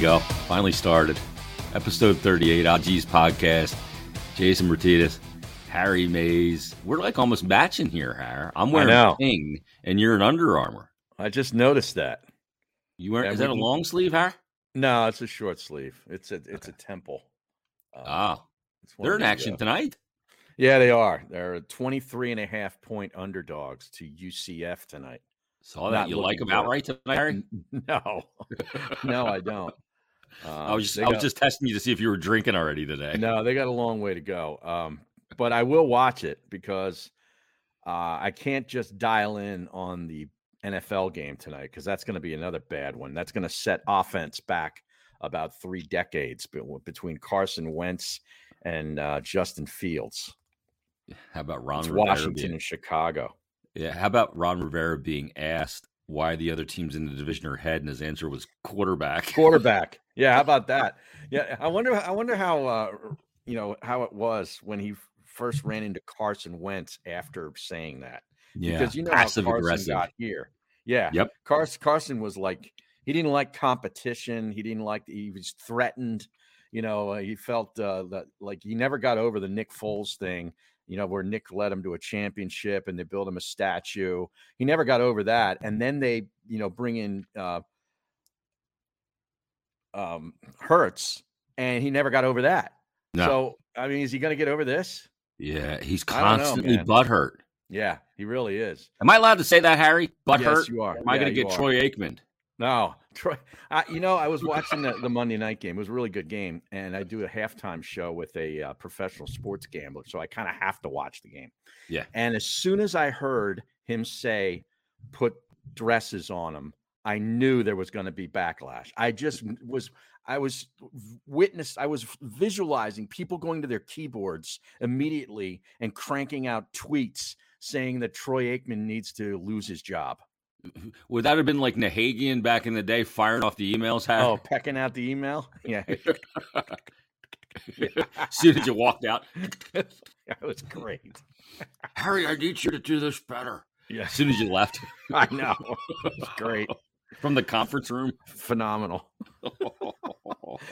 go. Finally started. Episode 38, OG's podcast. Jason Martinez, Harry Mays. We're like almost matching here, Harry. I'm wearing know. a thing and you're an Under Armour. I just noticed that. You wear Yeah, is we that a can- long sleeve, Harry? No, it's a short sleeve. It's a it's a temple. Uh, Ah, it's one they're of in the, action uh, tonight. yeah, they are. They're 23 and a half point underdogs to UCF tonight. Saw not that. You like them looking good. Uh, outright tonight, Harry? No. no, I don't. Um, I was just they I was got- just testing you to see if you were drinking already today. No, they got a long way to go. Um, but I will watch it because uh, I can't just dial in on the NFL game tonight because that's going to be another bad one. That's going to set offense back about three decades be- between Carson Wentz and uh, Justin Fields. How about It's Ron Rivera Washington being- and Chicago. yeah, how about Ron Rivera being asked why the other teams in the division are ahead, and his answer was quarterback. quarterback. Yeah, how about that? Yeah, I wonder. I wonder how uh, you know how it was when he first ran into Carson Wentz after saying that. yeah, because you know how passive Carson aggressive. got here. Yeah. Yep. Carson Carson was like he didn't like competition. He didn't like he was threatened. You know, uh, he felt uh, that like he never got over the Nick Foles thing. You know, where Nick led him to a championship and they built him a statue. He never got over that. And then they, you know, bring in uh, um, Hertz, and he never got over that. No. So, I mean, is he going to get over this? Yeah, he's I don't know, constantly man. butthurt. Yeah, he really is. Am I allowed to say that, Harry? Butthurt? Yes, you are. Am I Yeah, going you to get are. Troy Aikman? No, Troy. I, you know, I was watching the, the Monday night game. It was a really good game, and I do a halftime show with a uh, professional sports gambler, so I kind of have to watch the game. Yeah. And as soon as I heard him say, "Put dresses on them," I knew there was going to be backlash. I just n- was. I was v- witness. I was visualizing people going to their keyboards immediately and cranking out tweets saying that Troy Aikman needs to lose his job. Would that have been like Nahagian back in the day, firing off the emails? Harry? Oh, pecking out the email. Yeah, as soon as you walked out, that was great. Harry, I need you to do this better. Yeah, As soon as you left I know. It's great, from the conference room, Oh, phenomenal.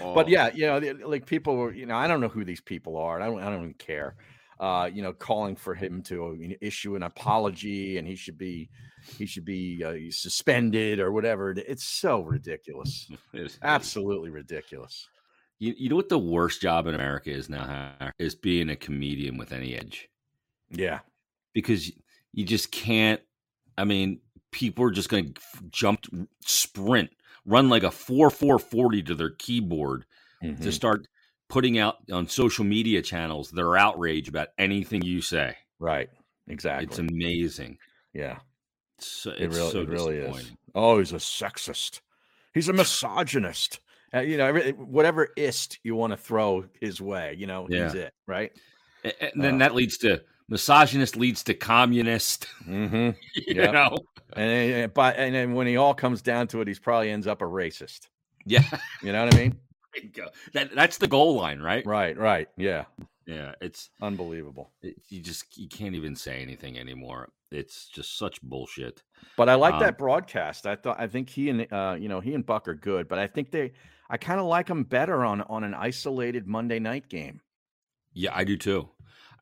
But yeah, you know, the- like people were, you know, I don't know who these people are, and I don't, I don't even care. Uh, you know, calling for him to you know, issue an apology, and he should be, he should be uh, suspended or whatever. It's so ridiculous, It- absolutely ridiculous. You, you know what the worst job in America is now Har- is being a comedian with any edge Yeah, because you just can't. I mean, people are just going to jump, sprint, run like a four four forty to their keyboard to Mhm. start putting out on social media channels their outrage about anything you say. Mm-hmm. right, exactly. It's amazing. yeah, It's so, It it's really, so it really is. disappointing. Oh, he's a sexist. He's a misogynist. Uh, you know, every, whatever ist you want to throw his way, you know, he's it, right? A- And, then Uh, that leads to misogynist leads to communist. Mm-hmm. You Yeah. know, And then- but and then when he all comes down to it, he's probably ends up a racist. yeah. You know what I mean? There you go. That that's the goal line, right? Right, right. Yeah, Yeah, it's unbelievable. it, you just you can't even say anything anymore. It's just such bullshit. But I like Um, that broadcast. I thought I think he and uh, you know he and Buck are good, but I think they I kind of like them better on on an isolated Monday night game. Yeah, I do too.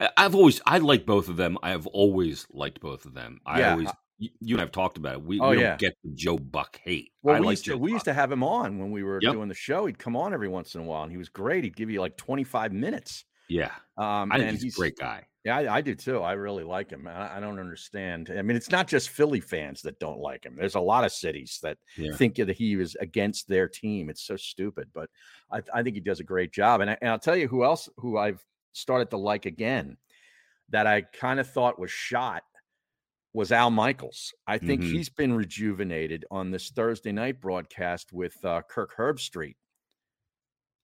I, I've always I like both of them. I have always liked both of them. I Yeah, uh always you, you and I've talked about it. We, Oh, we yeah. don't get the Joe Buck hate. Well, I we, like used to, Joe we used Buck. to have him on when we were Yep. doing the show. He'd come on every once in a while, and he was great. He'd give you like 25 minutes. Yeah, Um, I and think he's a great guy. Yeah, I, I do too. I really like him. I, I don't understand. I mean, it's not just Philly fans that don't like him. There's a lot of cities that Yeah. think that he is against their team. It's so stupid, but I, I think he does a great job. And, I, and I'll tell you who else who I've started to like again that I kind of thought was shot was Al Michaels. I think Mhm. he's been rejuvenated on this Thursday night broadcast with uh, Kirk Herbstreit.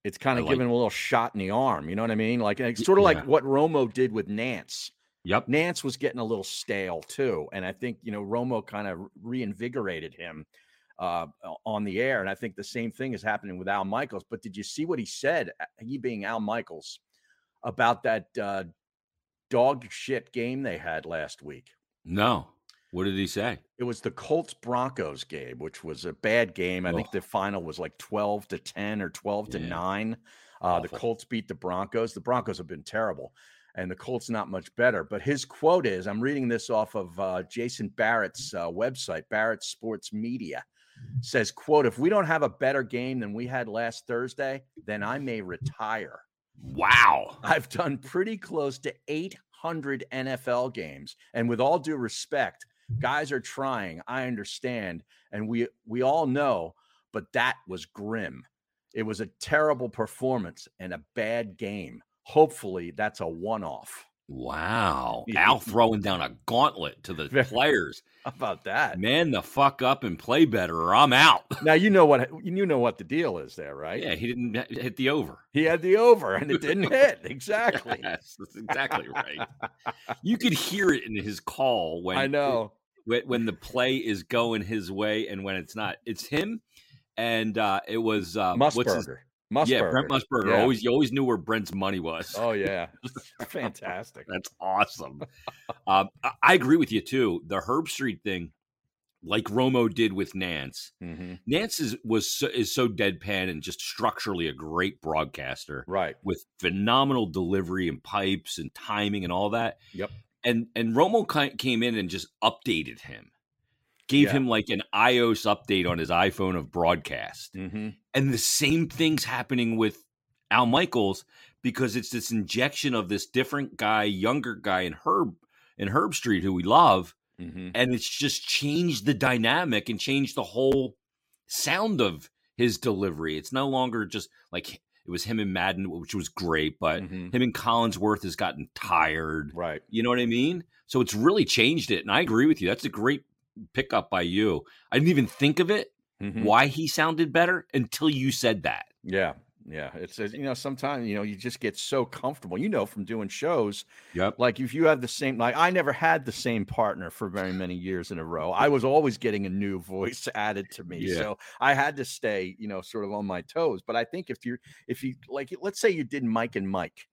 It's kind I of like- giving him a little shot in the arm. You know what I mean? Like it's sort of yeah. like what Romo did with Nance. Yep. Nance was getting a little stale too, and I think you know Romo kind of reinvigorated him uh, o- on the air, and I think the same thing is happening with Al Michaels. But did you see what he said? uh, He being Al Michaels about that uh, dog shit game they had last week. No. What did he say? It was the Colts Broncos game, which was a bad game. I think Ugh. the final was like 12 to 10 or 12 to Yeah. 9. Uh, the Awful. Colts beat the Broncos. The Broncos have been terrible, and the Colts not much better. But his quote is I'm reading this off of uh, Jason Barrett's uh, website, Barrett Sports Media says quote if we don't have a better game than we had last thursday then i may retire Wow. I've done pretty close to 800 NFL games, and with all due respect, Mm-hmm. guys are trying. I understand, and we we all know, but that was grim. It was a terrible performance and a bad game. Hopefully, that's a one-off. Wow. Al throwing down a gauntlet to the Very- players. How about that? Man the fuck up and play better or I'm out. Now you know what you know what the deal is there, right? Yeah, he didn't hit hit the over. He had the over and it didn't hit. Exactly. Yes, that's exactly right. you could hear it in his call when I know. when, when the play is going his way and when it's not. It's him, and uh, it was uh, what's his- Musburger. Musburger. yeah, Brent Musburger. Yeah. Always, you always knew where Brent's money was. Oh yeah. Fantastic. That's awesome. um, I, I agree with you too. The Herb Street thing, like Romo did with Nance. Mhm. Nance is was so, is so deadpan and just structurally a great broadcaster Right. with phenomenal delivery and pipes and timing and all that. Yep. And and Romo ki- came in and just updated him, gave Yeah. him like an iOS update on his iPhone of broadcast, Mm-hmm. and the same thing's happening with Al Michaels because it's this injection of this different guy, younger guy in Herb in Herb Street who we love, Mm-hmm. and it's just changed the dynamic and changed the whole sound of his delivery. It's no longer just like it was him and Madden, which was great, but him and Collinsworth has gotten tired. Mm-hmm. Right. You know what I mean? So it's really changed it. And I agree with you. That's a great pickup by you. I didn't even think of it, Mhm. why he sounded better until you said that. Yeah. Yeah. It's, it's, you know, sometimes, you know, you just get so comfortable, you know, from doing shows. Yep. Like if you have the same, like I never had the same partner for very many years in a row. I was always getting a new voice added to me. Yeah. So I had to stay, you know, sort of on my toes. But I think if you're, if you like, let's say you did Mike and Mike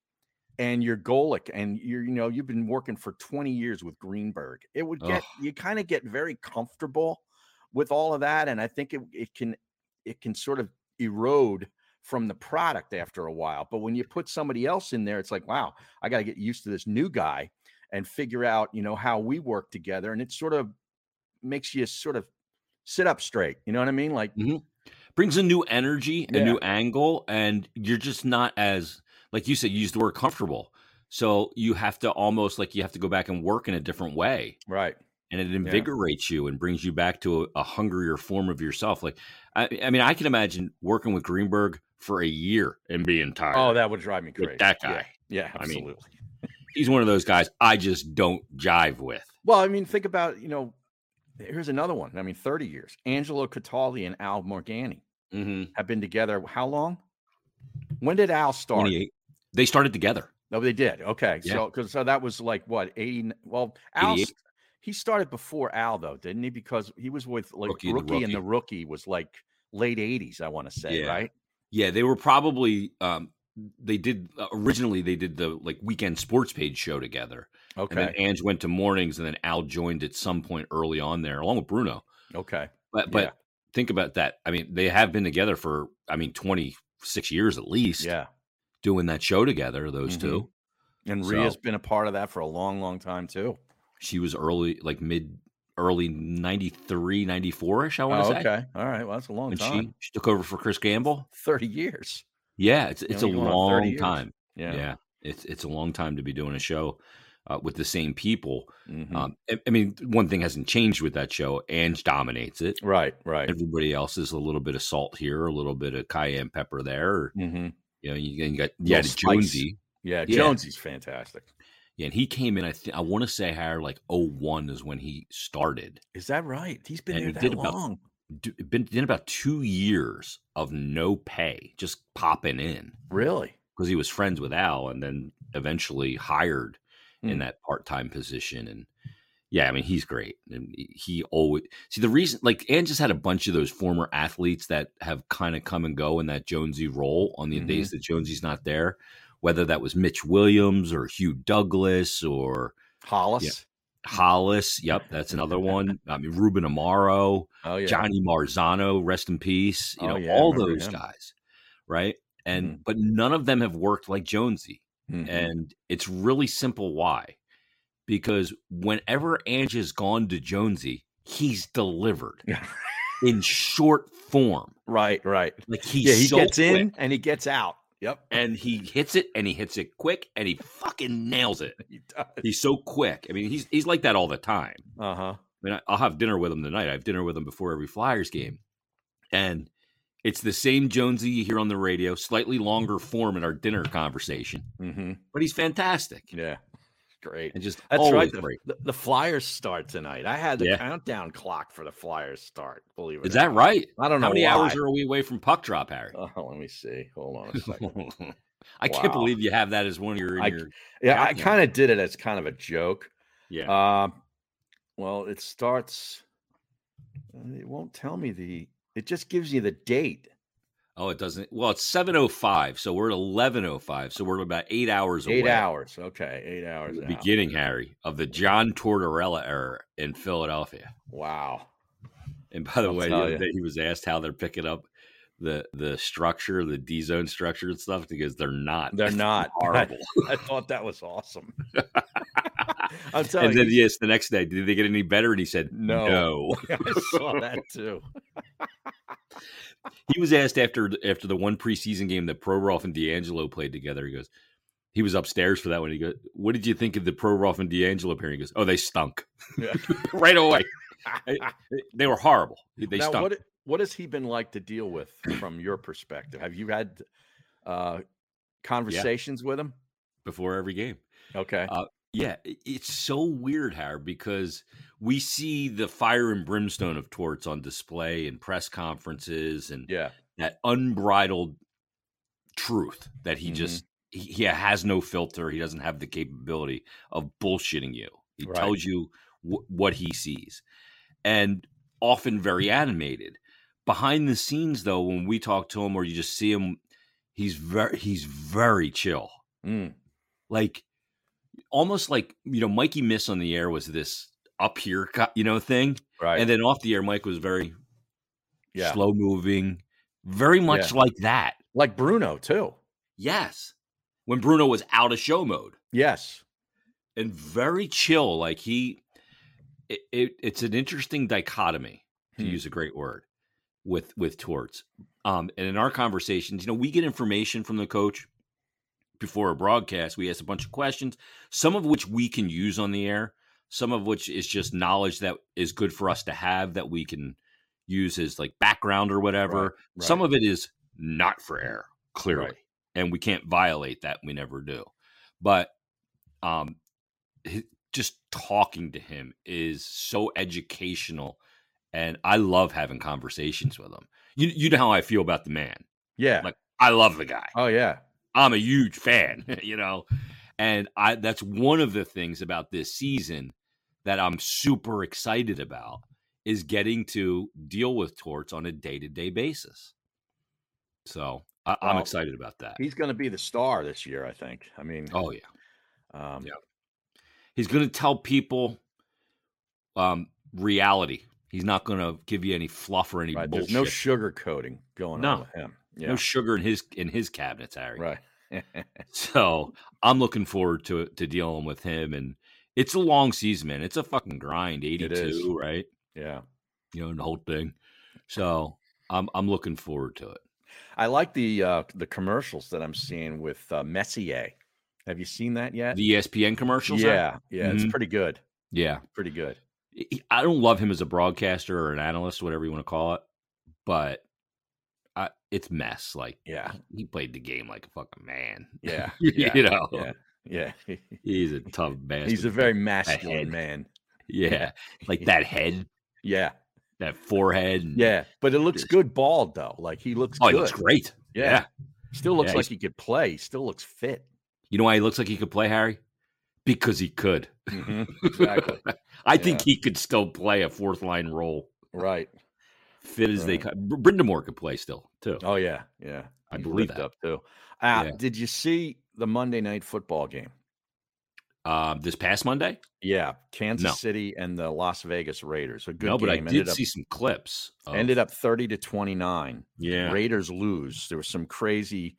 and you're Golic and you're, you know, you've been working for 20 years with Greenberg, it would get, you kind of get very comfortable with all of that. And I think it, it can, it can sort of erode from the product after a while. But when you put somebody else in there, it's like, wow, I got to get used to this new guy and figure out, you know, how we work together. And it sort of makes you sort of sit up straight. You know what I mean? Like, Brings a new energy, a Yeah. new angle, and you're just not as, like you said, you used the word comfortable. So you have to almost like you have to go back and work in a different way. right. and it invigorates you and brings you back to a, a hungrier form of yourself. Like, I, I mean, I can imagine working with Greenberg for a year and being tired. Oh, that would drive me With crazy. that Yeah. guy. Yeah, I mean- absolutely. He's one of those guys I just don't jive with. well, I mean, think about, you know, here's another one. I mean, 30 years. Angelo Cataldi and Al Morgani Mm-hmm. have been together how long? When did Al start? 28. They started together. No, they did. Okay. Yeah. So, cause so that was like what, 80. Well, Al, 88. st- he started before Al though, didn't he? Because he was with like Rookie rookie, and the and the rookie was like late eighties. I want to say, Yeah. right? Yeah, they were probably. Um, they did uh, originally. They did the like weekend sports page show together, Okay. and then Ange went to mornings, and then Al joined at some point early on there, along with Bruno. okay. But but Yeah. think about that. I mean, they have been together for I mean twenty six years at least. Yeah. doing that show together. Those Mhm. two. And Rhea's So- been a part of that for a long, long time too. She was early, like mid early 93, 94 ish. I want to Oh, say. okay. All right. Well, that's a long When time. she she took over for Chris Gamble. 30 years. Yeah, it's it's know, a you're going on 30 long years. time. Yeah. Yeah. it's it's a long time to be doing a show uh, with the same people. Mhm. Um, I, I mean, one thing hasn't changed with that show. Ange dominates it. right. Right. Everybody else is a little bit of salt here, a little bit of cayenne pepper there. or, hmm you know, you, you got yeah, Little spice. Jonesy. Yeah. Yeah. Jonesy's fantastic. Yeah, and he came in. I th- I want to say higher like 01 is when he started. Is that right? He's been And there he that did about- long. d- been in about two years of no pay, just popping in really? because he was friends with Al, and then eventually hired in Hmm. that part time position. And yeah, I mean he's great, and he- he always see the reason. Like Ann just had a bunch of those former athletes that have kind of come and go in that Jonesy role on the Mhm. days that Jonesy's not there. Whether that was Mitch Williams or Hugh Douglas or Hollis. Hollis. Yep, that's another one. I mean, Ruben Amaro, Oh yeah. Johnny Marzano, rest in peace. You Oh, know, yeah, I all remember those him. Mm-hmm. guys, right? And but none of them have worked like Jonesy. Mhm. And it's really simple why. Because whenever Ange has gone to Jonesy, he's delivered Yeah. in short form. right, right. Like he's yeah, he so gets quick, in and he gets out. Yep. and he hits it and he hits it quick and he fucking nails it. He does. He's so quick. I mean, he's he's like that all the time. Uh-huh. I mean, I- I'll have dinner with him tonight. I have dinner with him before every Flyers game. And it's the same Jonesy you hear on the radio, slightly longer form in our dinner conversation, Mm-hmm. but he's fantastic. Yeah. Great. And just That's always right. The, great. the- the Flyers start tonight. I had the Yeah. countdown clock for the Flyers start. Believe it. Is or that not. right? I don't know How many why. hours are we away from puck drop, Harry? Oh, let me see. Hold on a second. I can't Wow. believe you have that as one of your. in I- your yeah, I Countdown. kind of did it as kind of a joke. yeah. Um, well, it starts. uh, It won't tell me the. It just gives you the date. oh, it doesn't. Well, it's seven oh five, so we're at eleven oh five, so we're about eight hours Eight away. hours. Okay, eight hours. from The now. beginning, Harry, of the John Tortorella era in Philadelphia. Wow. And by the I'll way, the tell other ya. day he was asked how they're picking up the the structure, the D zone structure and stuff, because they're not. They're not horrible. I thought that was awesome. I'm telling and then you. yes, the next day, did they get any better? And he said, No. no. I saw that too. He was asked after after the one preseason game that Proroff and D'Angelo played together. He goes, he was upstairs for that one. He goes, what did you think of the Proroff and D'Angelo pairing? He goes, oh, they stunk Yeah. right away. eh, They were horrible. They now, stunk. what what has he been like to deal with from your perspective? Have you had uh, conversations with him? before every game. Okay. Uh, Yeah, i- it's so weird, Howard, because we see the fire and brimstone of Torts on display in press conferences and yeah. that unbridled truth that Mm-hmm. he just he, he has no filter. He doesn't have the capability of bullshitting you. He Right. tells you wh- what he sees, and often very animated. Behind the scenes, though, when we talk to him or you just see him, he's very he's very chill Mm. like almost like you know mikey miss on the air was this up here co- you know thing Right. and then off the air mike was very yeah. slow moving very much like that Like Bruno too. yes when bruno was out of show mode Yes. and very chill like he it, it, it's an interesting dichotomy to Hmm. use a great word with with torts um and in our conversations you know we get information from the coach before a broadcast we ask a bunch of questions some of which we can use on the air some of which is just knowledge that is good for us to have that we can use as like background or whatever right. some of it is not for air clearly Right. and we can't violate that we never do but um hi- just talking to him is so educational and i love having conversations with him you, you know how i feel about the man Yeah. like- i love the guy oh yeah. i'm a huge fan you know and i that's one of the things about this season that i'm super excited about is getting to deal with torts on a day-to-day basis so I, i'm Well, excited about that He's going to be the star this year, I think. I mean, oh yeah um, yeah. He's going to tell people um, reality. He's not going to give you any fluff or any right. There's bullshit. no sugar coating going No. on with him. Yeah. No sugar in his in his cabinets, Harry. right. So I'm looking forward to to dealing with him. And it's a long season, man. It's a fucking grind. is. 82, right? yeah. You know, and the whole thing. So I'm I'm looking forward to it. I like the uh, the commercials that I'm seeing with uh, Messier. Have you seen that yet? The E ESPN commercials. Harry? Eh yeah. Yeah. It's Mhm. pretty good. yeah. Pretty good. he- I don't love him as a broadcaster or an analyst, whatever you want to call it, but I, it's mess. Like, Yeah. he played the game like a fucking man. Yeah. you Yeah. know, yeah. Yeah. he's a tough bastard. He's a very masculine head. man. yeah, like that head, Yeah. that forehead. and- Yeah. But it looks Yes. good bald though. Like he looks oh, good. he looks great. Yeah. Still looks Yeah, like he's- he could play. He Still looks fit. you know why he looks like he could play Harry? Because he could. Mm-hmm. Exactly. I think Yeah. he could still play a fourth line role, right. fit as they Right. could. Br- Brindamore could play still too. Oh yeah. Yeah. I He's believe ripped that. up too. Uh, Yeah. Did you see the Monday night football game? uh, this past Monday? Yeah, Kansas No. City and the Las Vegas Raiders. A good no, game. but I ended did up see some clips. of- ended up thirty to twenty nine. yeah, Raiders lose. There were some crazy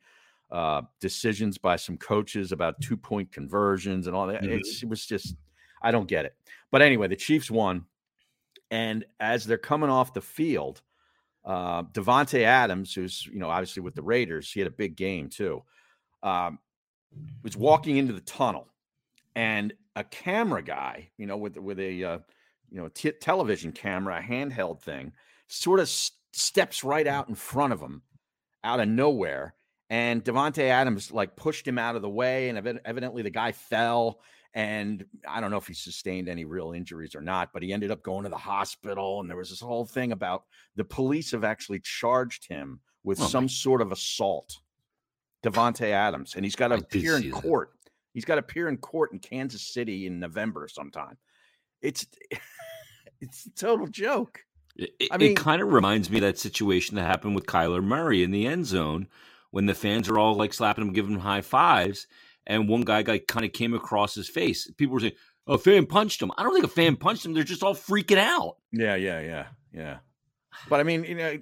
uh, decisions by some coaches about two point conversions and all that. Mhm. It's, it was just, I don't get it. But anyway, the Chiefs won. And as they're coming off the field, uh, Devonte Adams, who's you know obviously with the Raiders, he had a big game too. Um, was walking into the tunnel, and a camera guy, you know, with with a uh, you know t- television camera, a handheld thing, sort of s- steps right out in front of him, out of nowhere, and Devonte Adams like pushed him out of the way, and evi- evidently the guy fell. And I don't know if he sustained any real injuries or not, but he ended up going to the hospital. And there was this whole thing about the police have actually charged him with Oh my- some sort of assault, Devonte Adams, and he's got to I did appear in see that. court. He's got to appear in court in Kansas City in November sometime. It's it's a total joke. It, I it- mean- it kind of reminds me of that situation that happened with Kyler Murray in the end zone when the fans are all like slapping him, giving him high fives, and one guy like kind of came across his face. People were saying, "A fan punched him." I don't think a fan punched him. They're just all freaking out. Yeah, yeah, yeah, yeah. But I mean, you know,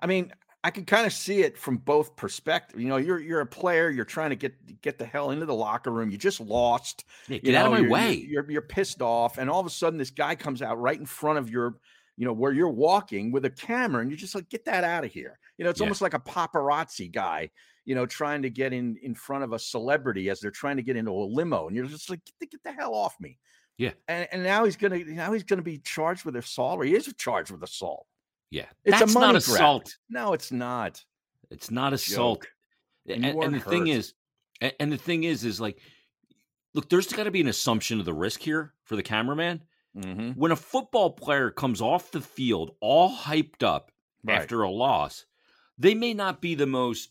I mean, I can kind of see it from both perspectives. You know, you're you're a player. You're trying to get get the hell into the locker room. You just lost. Yeah, get you out know, of my you're- way. You're, you're you're pissed off, and all of a sudden, this guy comes out right in front of your, you know, where you're walking with a camera, and you're just like, get that out of here. You know, it's Yeah. almost like a paparazzi guy, you know, trying to get in in front of a celebrity as they're trying to get into a limo, and you're just like, get the, get the hell off me. Yeah. And and now he's gonna now he's gonna be charged with assault, or he is charged with assault. yeah, It's a that's not money grab. assault. No, it's not. It's not assault. Joke. A- And And, you and the weren't thing hurt. is, a- and the thing is, is like, look, there's got to be an assumption of the risk here for the cameraman. Mhm. When a football player comes off the field all hyped up Right. after a loss, they may not be the most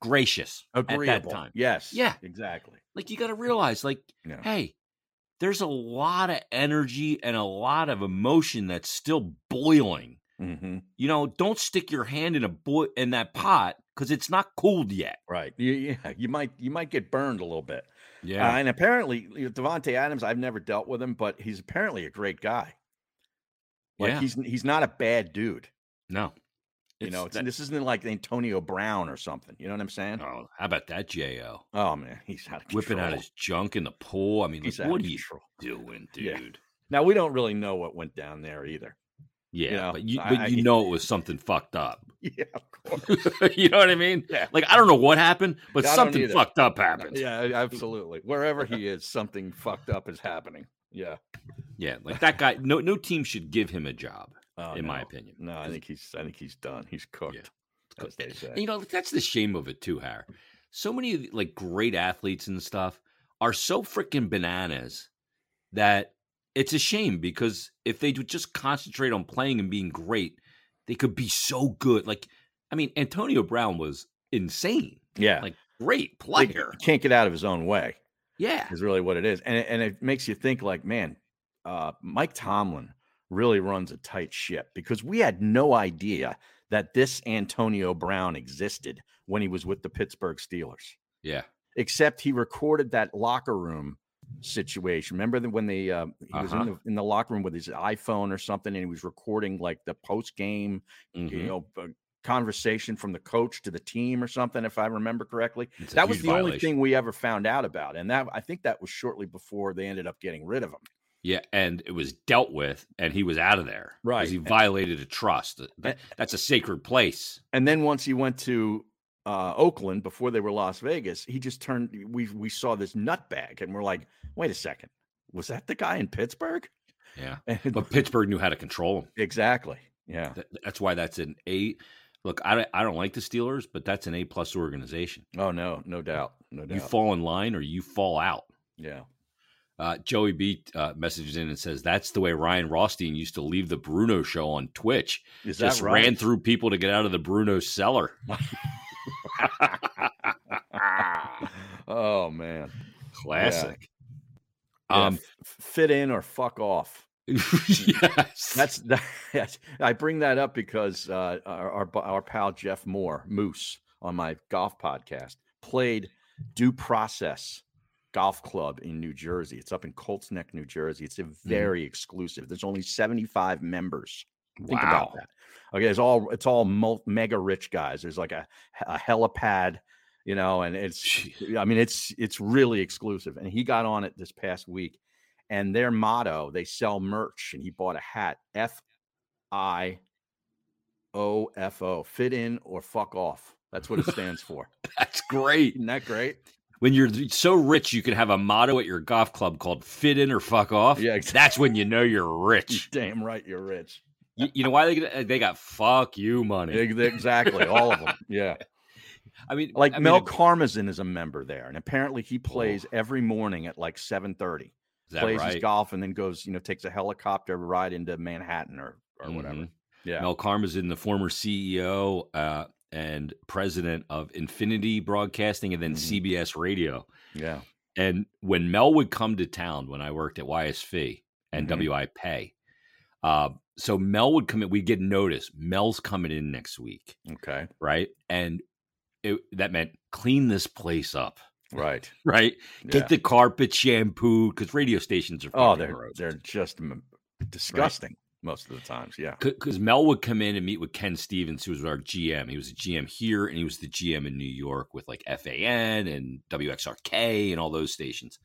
gracious agreeable. at that time. Yes. Yeah. Exactly. Like you got to realize, like, Mm. Yeah. hey, there's a lot of energy and a lot of emotion that's still boiling. Mm-hmm. You know, don't stick your hand in a bo- in that pot because it's not cooled yet. Right. You, yeah. You might you might get burned a little bit. Yeah, Uh, and apparently, you know, Devonte Adams, I've never dealt with him, but he's apparently a great guy. Like Yeah. he's he's not a bad dude. no, You know, it's, that- this isn't like Antonio Brown or something. You know what I'm saying? oh, how about that, Jo? Oh man, he's out of control. Whipping out his junk in the pool. I mean, he's like, out what of are you control. doing, Yeah. dude? Now we don't really know what went down there either. Yeah, know, but you, I- but I- you know it was something fucked up. Yeah, of course. you know what I mean? Yeah. Like I don't know what happened, but I don't something either. fucked up happened. yeah, absolutely. Wherever he is, something fucked up is happening. Yeah. Yeah, like that guy. No, no team should give him a job, Oh, in my no. opinion. No, I think he's I think he's done. He's cooked. as they say. And, you know, like, that's the shame of it too, Harry. So many of the, like great athletes and stuff are so freaking bananas that it's a shame because if they would just concentrate on playing and being great, they could be so good. Like, I mean, Antonio Brown was insane, Yeah. like great Like, player. he can't get out of his own way. Yeah, is really what it is. And it, and it makes you think like, man, uh, Mike Tomlin really runs a tight ship because we had no idea that this Antonio Brown existed when he was with the Pittsburgh Steelers. yeah, Except he recorded that locker room situation. Remember that when they uh, he was in Uh-huh. the in the locker room with his iPhone or something, and he was recording like the post game, you Mhm. know. uh, conversation from the coach to the team or something if i remember correctly It's a that was huge the only violation. thing we ever found out about, and that I think that was shortly before they ended up getting rid of him. Yeah, and it was dealt with, and he was out of there. Right. Because he violated a trust. That, that's a sacred place. And then once he went to uh, Oakland before they were Las Vegas, he just turned. We we saw this nutbag, and we're like, wait a second, was that the guy in Pittsburgh? Yeah. And- But Pittsburgh knew how to control him. exactly, yeah, That, that's why that's an A. Look, I, don't- I don't like the Steelers, but that's an A plus organization. oh no, no doubt, no doubt, You fall in line or you fall out. yeah, Uh, Joey B uh, messages in and says that's the way Ryan Rothstein used to leave the Bruno show on Twitch. is Just ran through people to get out of the Bruno cellar. oh man, Classic. Yeah, Um, f- fit in or fuck off. yes. That's that. yes. I bring that up because uh, our, our bu- our pal Jeff Moore Moose on my golf podcast played due process Golf Club in New Jersey. It's up in Colts Neck, New Jersey. It's a very exclusive. There's only 75 members. Think wow. about that. Okay, it's all it's all mul- mega rich guys. There's like a, a helipad, you know, and it's I mean it's it's really exclusive. And he got on it this past week, and their motto they sell merch, and he bought a hat F I O F O fit in or fuck off. That's what it stands for. That's great. Isn't that great? When you're so rich, you can have a motto at your golf club called "Fit in or fuck off." Yeah, exactly. That's when you know you're You rich. damn right, you're rich. you, you know why they get- they got fuck you money. Ex- Exactly, all of them. Yeah. I mean, like I mean, Oh. Mel is Karmazin is a member there, and apparently he plays every morning at like seven thirty. that Plays right? his golf and then goes, you know, takes a helicopter ride into Manhattan or or whatever. Mhm. Yeah, Mel Karmazin, the former CEO uh, and president of Infinity Broadcasting and then Mhm. CBS Radio. yeah. And when Mel would come to town when I worked at YSV and Mhm. WI Pay, uh, so Mel would come in, we'd get notice Mel's coming in next week, Okay, right? And it, that meant clean this place up, right. right? Get yeah. the carpet shampooed because radio stations are oh, fucking they're gross. they're just m- disgusting most of the times. Yeah, because Mel would come in and meet with Ken Stevens, who was our GM. He was a GM here, and he was the GM in New York with like FAN and WXRK and all those stations.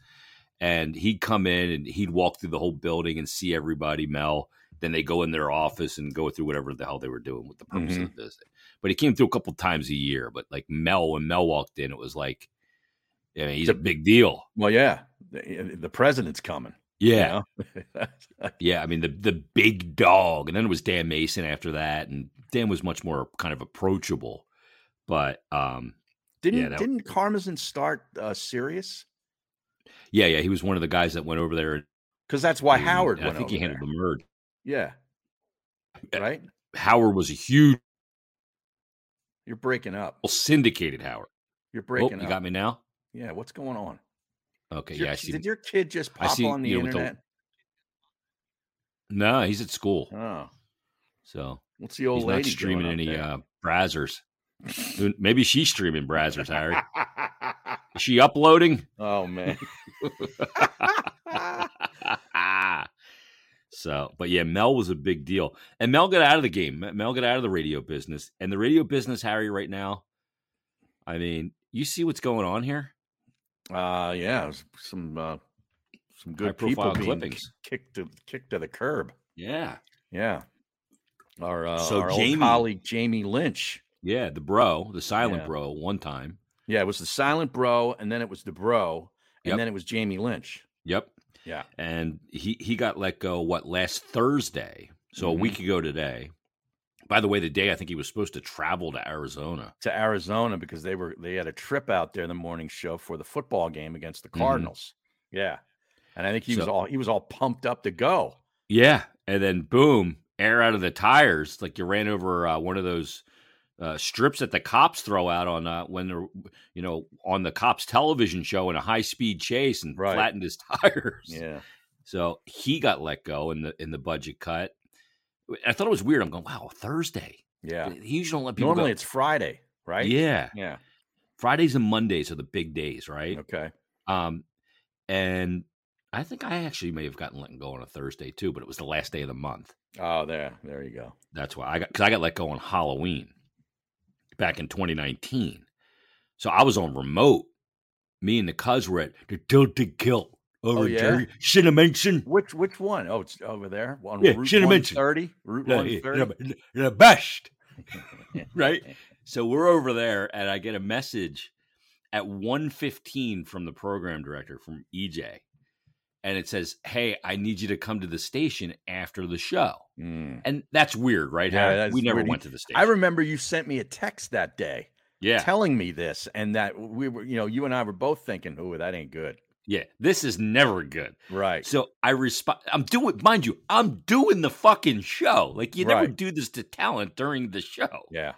And he'd come in and he'd walk through the whole building and see everybody. Mel. Then they go in their office and go through whatever the hell they were doing with the purpose of the visit. But he came through a couple times a year. But like Mel, when Mel walked in, it was like, I mean, he's a big deal. well, yeah. eh, The, the president's coming. you Yeah, know? Yeah, I mean the the big dog, and then it was Dan Mason after that, and Dan was much more kind of approachable. But um, didn't that- didn't Karmazin start uh, serious? yeah, yeah, he was one of the guys that went over there. Because that's why and- Howard and Mm-hmm, I think went he over handled there. the merge. Yeah. Yeah, right. Howard was a huge You're breaking up. syndicated Howard. You're Oh, breaking you up. got me now. Yeah, what's going on? Okay, Did your yeah, I ki- see. Did your kid just I pop see, on the you know, with the- internet? No, he's at school, Oh, so what's the old he's lady not doing streaming up any there? uh, Brazzers. Who- Maybe she's streaming Brazzers, Harry. Is she uploading? oh man, so, but yeah, Mel was a big deal, and Mel got out of the game. Mel got out of the radio business, and the radio business, Harry, right now. I mean, you see what's going on here? uh, yeah, s- some uh, some good people High-profile being clippings. ki- kicked to kicked to the curb. Yeah, Yeah, our uh, So our Jamie- old colleague Jamie Lynch. yeah. The bro, the silent Yeah. bro, one time. Yeah, it was the Silent Bro, and then it was the Bro, and Yep. then it was Jamie Lynch. Yep. Yeah. And he he got let go what last Thursday, so Mm-hmm. a week ago today. By the way, the day I think he was supposed to travel to Arizona. To Arizona because they were they had a trip out there the morning show for the football game against the Mhm. Cardinals. Yeah, and I think he was So- all he was all pumped up to go. Yeah, and then boom, air out of the tires. Like you ran over uh, one of those uh, strips that the cops throw out on uh, when they're you know on the cops television show in a high speed chase and Right. flattened his tires. Yeah. So he got let go in the in the budget cut. I thought it was weird. I'm going, wow, Thursday. Yeah. He usually don't let people go. Normally it's Friday, right? Yeah, Yeah. Fridays and Mondays are the big days, right? Okay. Um, and I think I actually may have gotten let go on a Thursday too, but it was the last day of the month. Oh, there, there you go. That's why I got because I got let go on Halloween back in 2019. So I was on remote. Me and the cuz were at the Tilted Kilt over Oh, in yeah? Jersey. Cinnamation. Which which one? Oh, it's over there on Yeah, Route should have one mentioned. thirty. Route Yeah, one yeah, thirty. the- the best. right? So we're over there and I get a message at 1:15 from the program director from EJ. And it says, "Hey, I need you to come to the station after the show." And that's weird, right? Yeah, Harry? that's we never weird. went to the station. I remember you sent me a text that day yeah. telling me this, and that we were, you know, you and I were both thinking, "Ooh, that ain't good." Yeah, this is never good. Right. So I respond. I'm doing, mind you, I'm doing the fucking show. Like you never Right. do this to talent during the show. Yeah.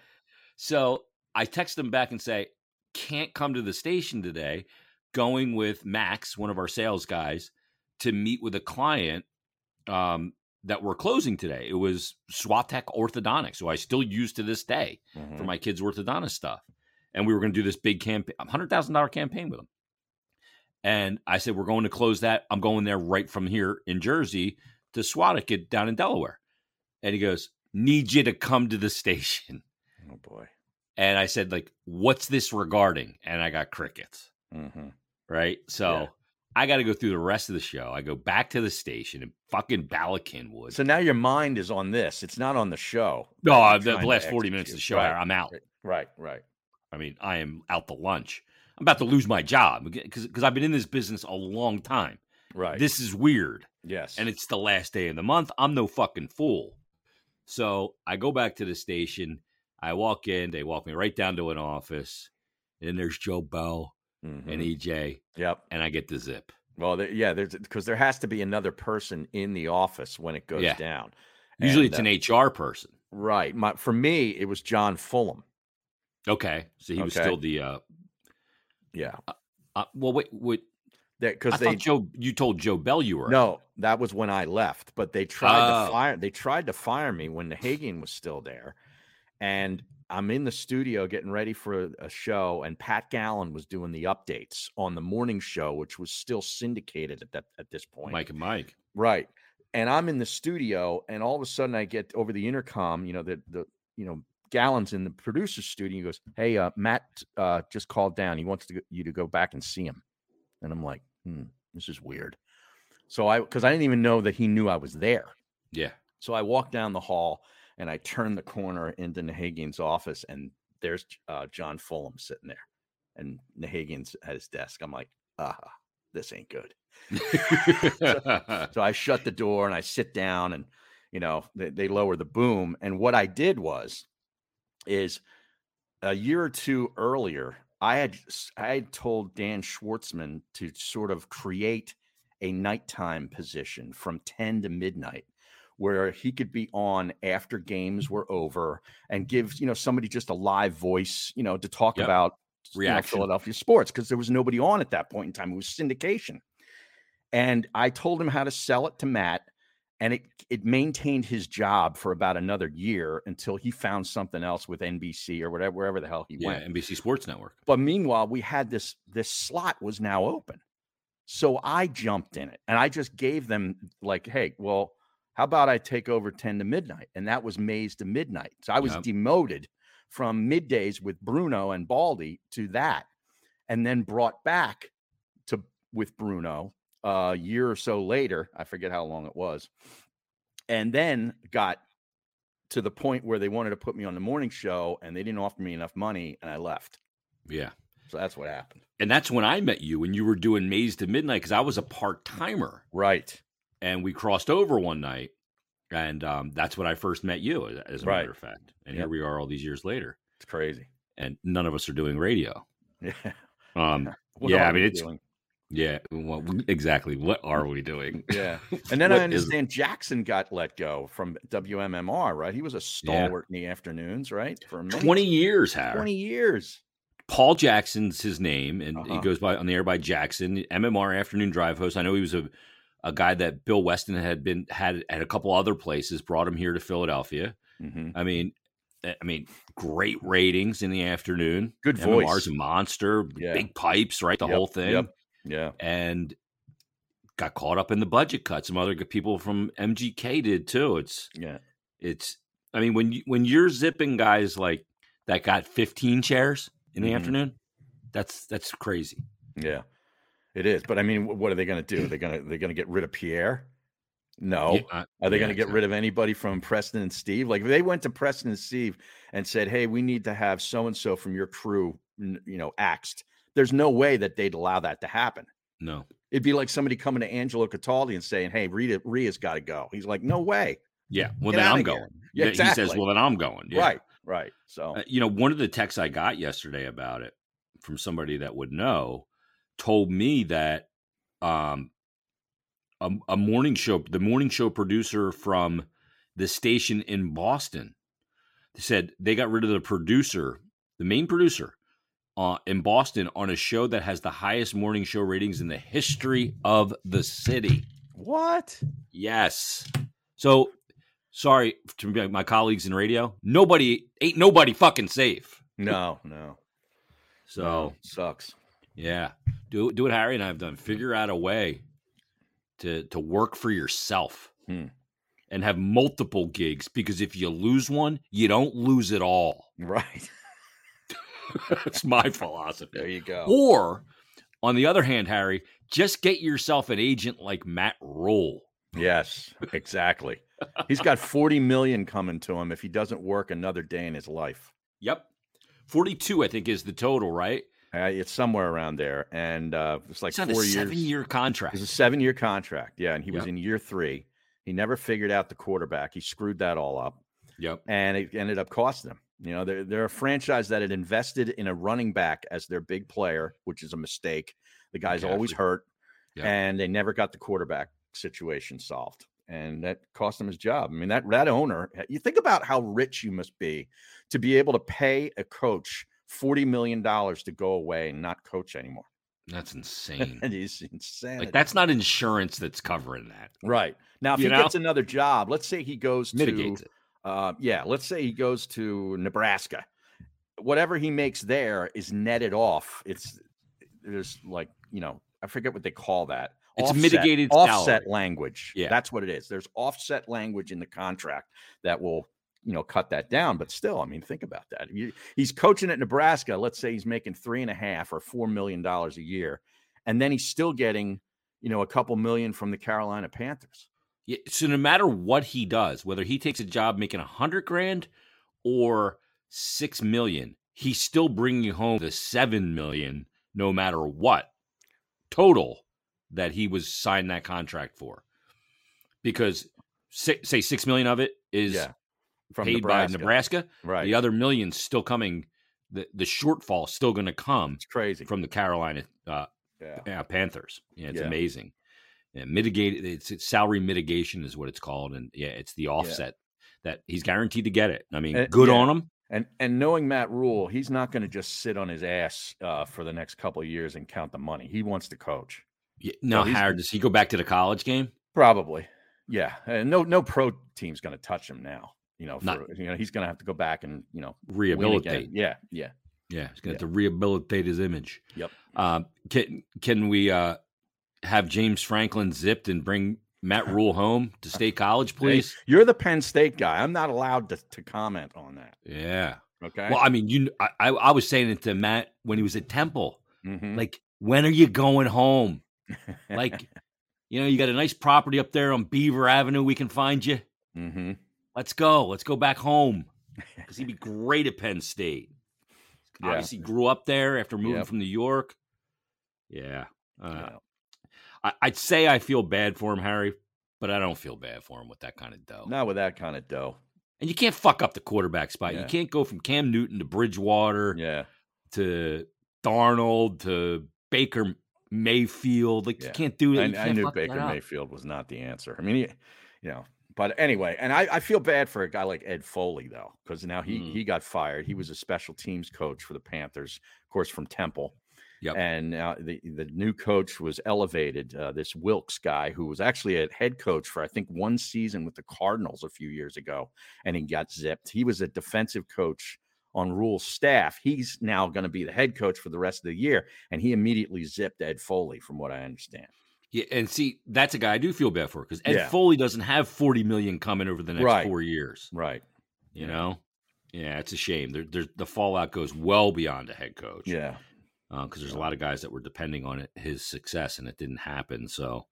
So I text them back and say, can't come to the station today. Going with Max, one of our sales guys, to meet with a client um, that we're closing today. It was Swatech Orthodontics, who I still use to this day for Mhm. my kids' orthodontist stuff. And we were going to do this big campaign, $100,000 campaign with them. And I said, we're going to close that. I'm going there right from here in Jersey to Swadak it down in Delaware. And he goes, need you to come to the station. Oh boy. And I said, like, what's this regarding? And I got crickets. Mm-hmm. Right. So Yeah. I got to go through the rest of the show. I go back to the station and fucking Balakin would. So now your mind is on this. It's not on the show. No, uh, that you're Oh, the trying to last 40 minutes of execute. the show, Right, I'm out. right, right. I mean, I am out to lunch. I'm about to lose my job because I've been in this business a long time. Right. This is weird. yes. And it's the last day of the month. I'm no fucking fool. So I go back to the station. I walk in. They walk me right down to an office. And there's Joe Bell and Mhm. EJ. yep. And I get the zip. Well, there, yeah, there's because there has to be another person in the office when it goes Yeah. down. Usually And, uh, it's an HR person. right. My, for me, it was John Fulham. Okay. So he was Okay. still the. Uh, Yeah, uh, well, wait, wait. that I because thought they Joe, you told Joe Bell you were. no, that was when I left. But they tried Oh. to fire. They tried to fire me when the Hagen was still there, and I'm in the studio getting ready for a show, and Pat Gallen was doing the updates on the morning show, which was still syndicated at that at this point. Mike and Mike. Right. And I'm in the studio, and all of a sudden I get over the intercom, you know, the the you know, Gallon's in the producer's studio. He goes, Hey, uh, Matt uh just called down. He wants to, go- you to go back and see him. And I'm like, hmm, this is weird. So I because I didn't even know that he knew I was there. Yeah. So I walk down the hall and I turn the corner into Nahagian's office, and there's uh, John Fulham sitting there, and Nahagian's at his desk. I'm like, uh, this ain't good. So I shut the door and I sit down and you know they, they lower the boom. And what I did was is a year or two earlier, I had s- I had told Dan Schwartzman to sort of create a nighttime position from 10 to midnight where he could be on after games were over and give you know somebody just a live voice you know to talk Yep. about you know, Reaction. Philadelphia sports because there was nobody on at that point in time it was syndication and I told him how to sell it to Matt and it it maintained his job for about another year until he found something else with NBC or whatever wherever the hell he yeah. went. NBC Sports Network. But meanwhile, we had this this slot was now open. So I jumped in it and I just gave them like, hey, well, how about I take over 10 to midnight? And that was Mays to midnight. So I was Yep. demoted from middays with Bruno and Baldy to that, and then brought back to with Bruno uh, a year or so later. I forget how long it was. And then got to the point where they wanted to put me on the morning show and they didn't offer me enough money and I left. Yeah. So that's what happened. And that's when I met you and you were doing Maze to Midnight because I was a part timer Right. and we crossed over one night. And um, that's when I first met you, as- as a Right. matter of fact. And here Yep. we are all these years later, It's crazy. and none of us are doing radio. Yeah. Um, What Yeah, I are mean, we it's- doing? yeah, well, we- exactly. What are we doing? yeah. And then What I is- understand Jackson got let go from WMMR, right? He was a stalwart in the afternoons, right? For many- 20 years, Howard. 20 years. Paul Jackson's his name, and he Uh-huh. goes by on the air by Jackson, MMR afternoon drive host. I know he was a a guy that Bill Weston had been had at a couple other places, brought him here to Philadelphia. Mhm. I mean, eh, I I mean, great ratings in the afternoon. Good MMR's voice. a monster, Yeah. big pipes, right? The Yep, whole thing, yep. Yeah. and got caught up in the budget cuts. Some other good people from MGK did too. It's Yeah. it's. I mean, when you when you're zipping guys like that got 15 chairs in the Mhm. afternoon, that's that's crazy. Yeah. It is. But I mean, wh- what are they going to do? They're going to they're going to get rid of Pierre? No. Oh. Yeah, I- Are they yeah, going to get rid of anybody from Preston and Steve? Like if they went to Preston and Steve and said, "Hey, we need to have so and so from your crew, n- you know, axed." There's no way that they'd allow that to happen. No, It'd be like somebody coming to Angelo Cataldi and saying, "Hey, Rita, Ria's got to go." He's like, "No way." yeah. Well, Get then outta I'm here. going. Yeah, Yeah, He says, exactly. "Well, then I'm going." Yeah. Right, right. So, Uh, you know, one of the texts I got yesterday about it from somebody that would know told me that um, a, a morning show, the morning show producer from the station in Boston, said they got rid of the producer, the main producer uh, in Boston, on a show that has the highest morning show ratings in the history of the city. what? Yes. So sorry to my- my colleagues in radio. Nobody ain't nobody fucking safe. No, no. So no, sucks. Yeah. Do do what Harry and I have done. Figure out a way to to work for yourself Hmm. and have multiple gigs because if you lose one, you don't lose it all. Right. That's my philosophy. There you go. Or on the other hand, Harry, just get yourself an agent like Matt Rule. Yes, exactly. He's got 40 million coming to him if he doesn't work another day in his life. Yep. 42 I think is the total, right? Uh, it's somewhere around there. And uh, it's like It's on a four years. 7-year contract. It was a seven year contract. Yeah. And he was Yep. in year three. He never figured out the quarterback. He screwed that all up. Yep. And it ended up costing them. You know, they're, they're a franchise that had invested in a running back as their big player, which is a mistake. The guy's always Exactly. hurt. Yep. And they never got the quarterback situation solved. And that cost him his job. I mean, that that owner, you think about how rich you must be to be able to pay a coach $40 million to go away and not coach anymore. That's insane. And he's insane. like that's not insurance that's covering that. Right. Now, if You he know? gets another job, let's say he goes Mitigates to, it. Uh, yeah, let's say he goes to Nebraska. Whatever he makes there is netted off. It's there's like you know I forget what they call that. It's mitigated offset salary. language. Yeah. that's what it is. There's offset language in the contract that will you know cut that down. But still, I mean, think about that. You- he's coaching at Nebraska. Let's say he's making three and a half or four million dollars a year, and then he's still getting you know a couple million from the Carolina Panthers. Yeah, so no matter what he does, whether he takes a job making a hundred grand or six million, he's still bringing home the seven million, no matter what total that he was signed that contract for. Because si- say six million of it is Yeah, from paid by Nebraska, Right. the other million's still coming. The the shortfall's still going to come it's crazy. from the Carolina uh, yeah. yeah, Panthers. Yeah, it's Yeah. amazing. Yeah, mitigate it's, it's salary mitigation is what it's called, and yeah, it's the offset that he's guaranteed to get it. I mean, Uh, good yeah. on him. And and knowing Matt Rule, he's not going to just sit on his ass uh, for the next couple of years and count the money. He wants to coach, Yeah, now, he's- Howard, does he go back to the college game? probably. Yeah, and no no pro team's going to touch him now. You know, for, Not- you know he's going to have to go back and you know win Rehabilitate. again. Yeah, yeah. Yeah, he's gonna Yeah. have to rehabilitate his image. Yep. Um, can can we uh, have James Franklin zipped and bring Matt Rule home to state college, please? You're the Penn State guy. I'm not allowed to, to comment on that. Yeah. Okay. Well, I mean, you, I, I I was saying it to Matt when he was at Temple. Mhm. Like, when are you going home? Like, you know, you got a nice property up there on Beaver Avenue. We can find you. Mhm. Let's go. Let's go back home because he'd be great at Penn State. Yeah. Obviously, grew up there after moving Yep. from New York. Yeah. Uh, Yeah. I, I'd say I feel bad for him, Harry, but I don't feel bad for him with that kind of dough. Not with that kind of dough. And you can't fuck up the quarterback spot. Yeah. You can't go from Cam Newton to Bridgewater Yeah. to Darnold to Baker Mayfield. Like, Yeah. you can't do that. You I, I can't knew fuck that Baker up. Mayfield was not the answer. I mean, he, you know, but anyway, and I, I feel bad for a guy like Ed Foley though, because now he Mm. he got fired. He was a special teams coach for the Panthers, of course, from Temple. Yep. And now the the new coach was elevated. Uh, this Wilkes guy, who was actually a head coach for I think one season with the Cardinals a few years ago, and he got zipped. He was a defensive coach on Rule's staff. He's now going to be the head coach for the rest of the year, and he immediately zipped Ed Foley, from what I understand. Yeah, and see, that's a guy I do feel bad for because Ed Yeah. Foley doesn't have forty million coming over the next Right. four years. Right. You Yeah. know, yeah, it's a shame. There, there's the fallout goes well beyond a head coach. Yeah. because there's a lot of guys that were depending on it, his success, and it didn't happen. So,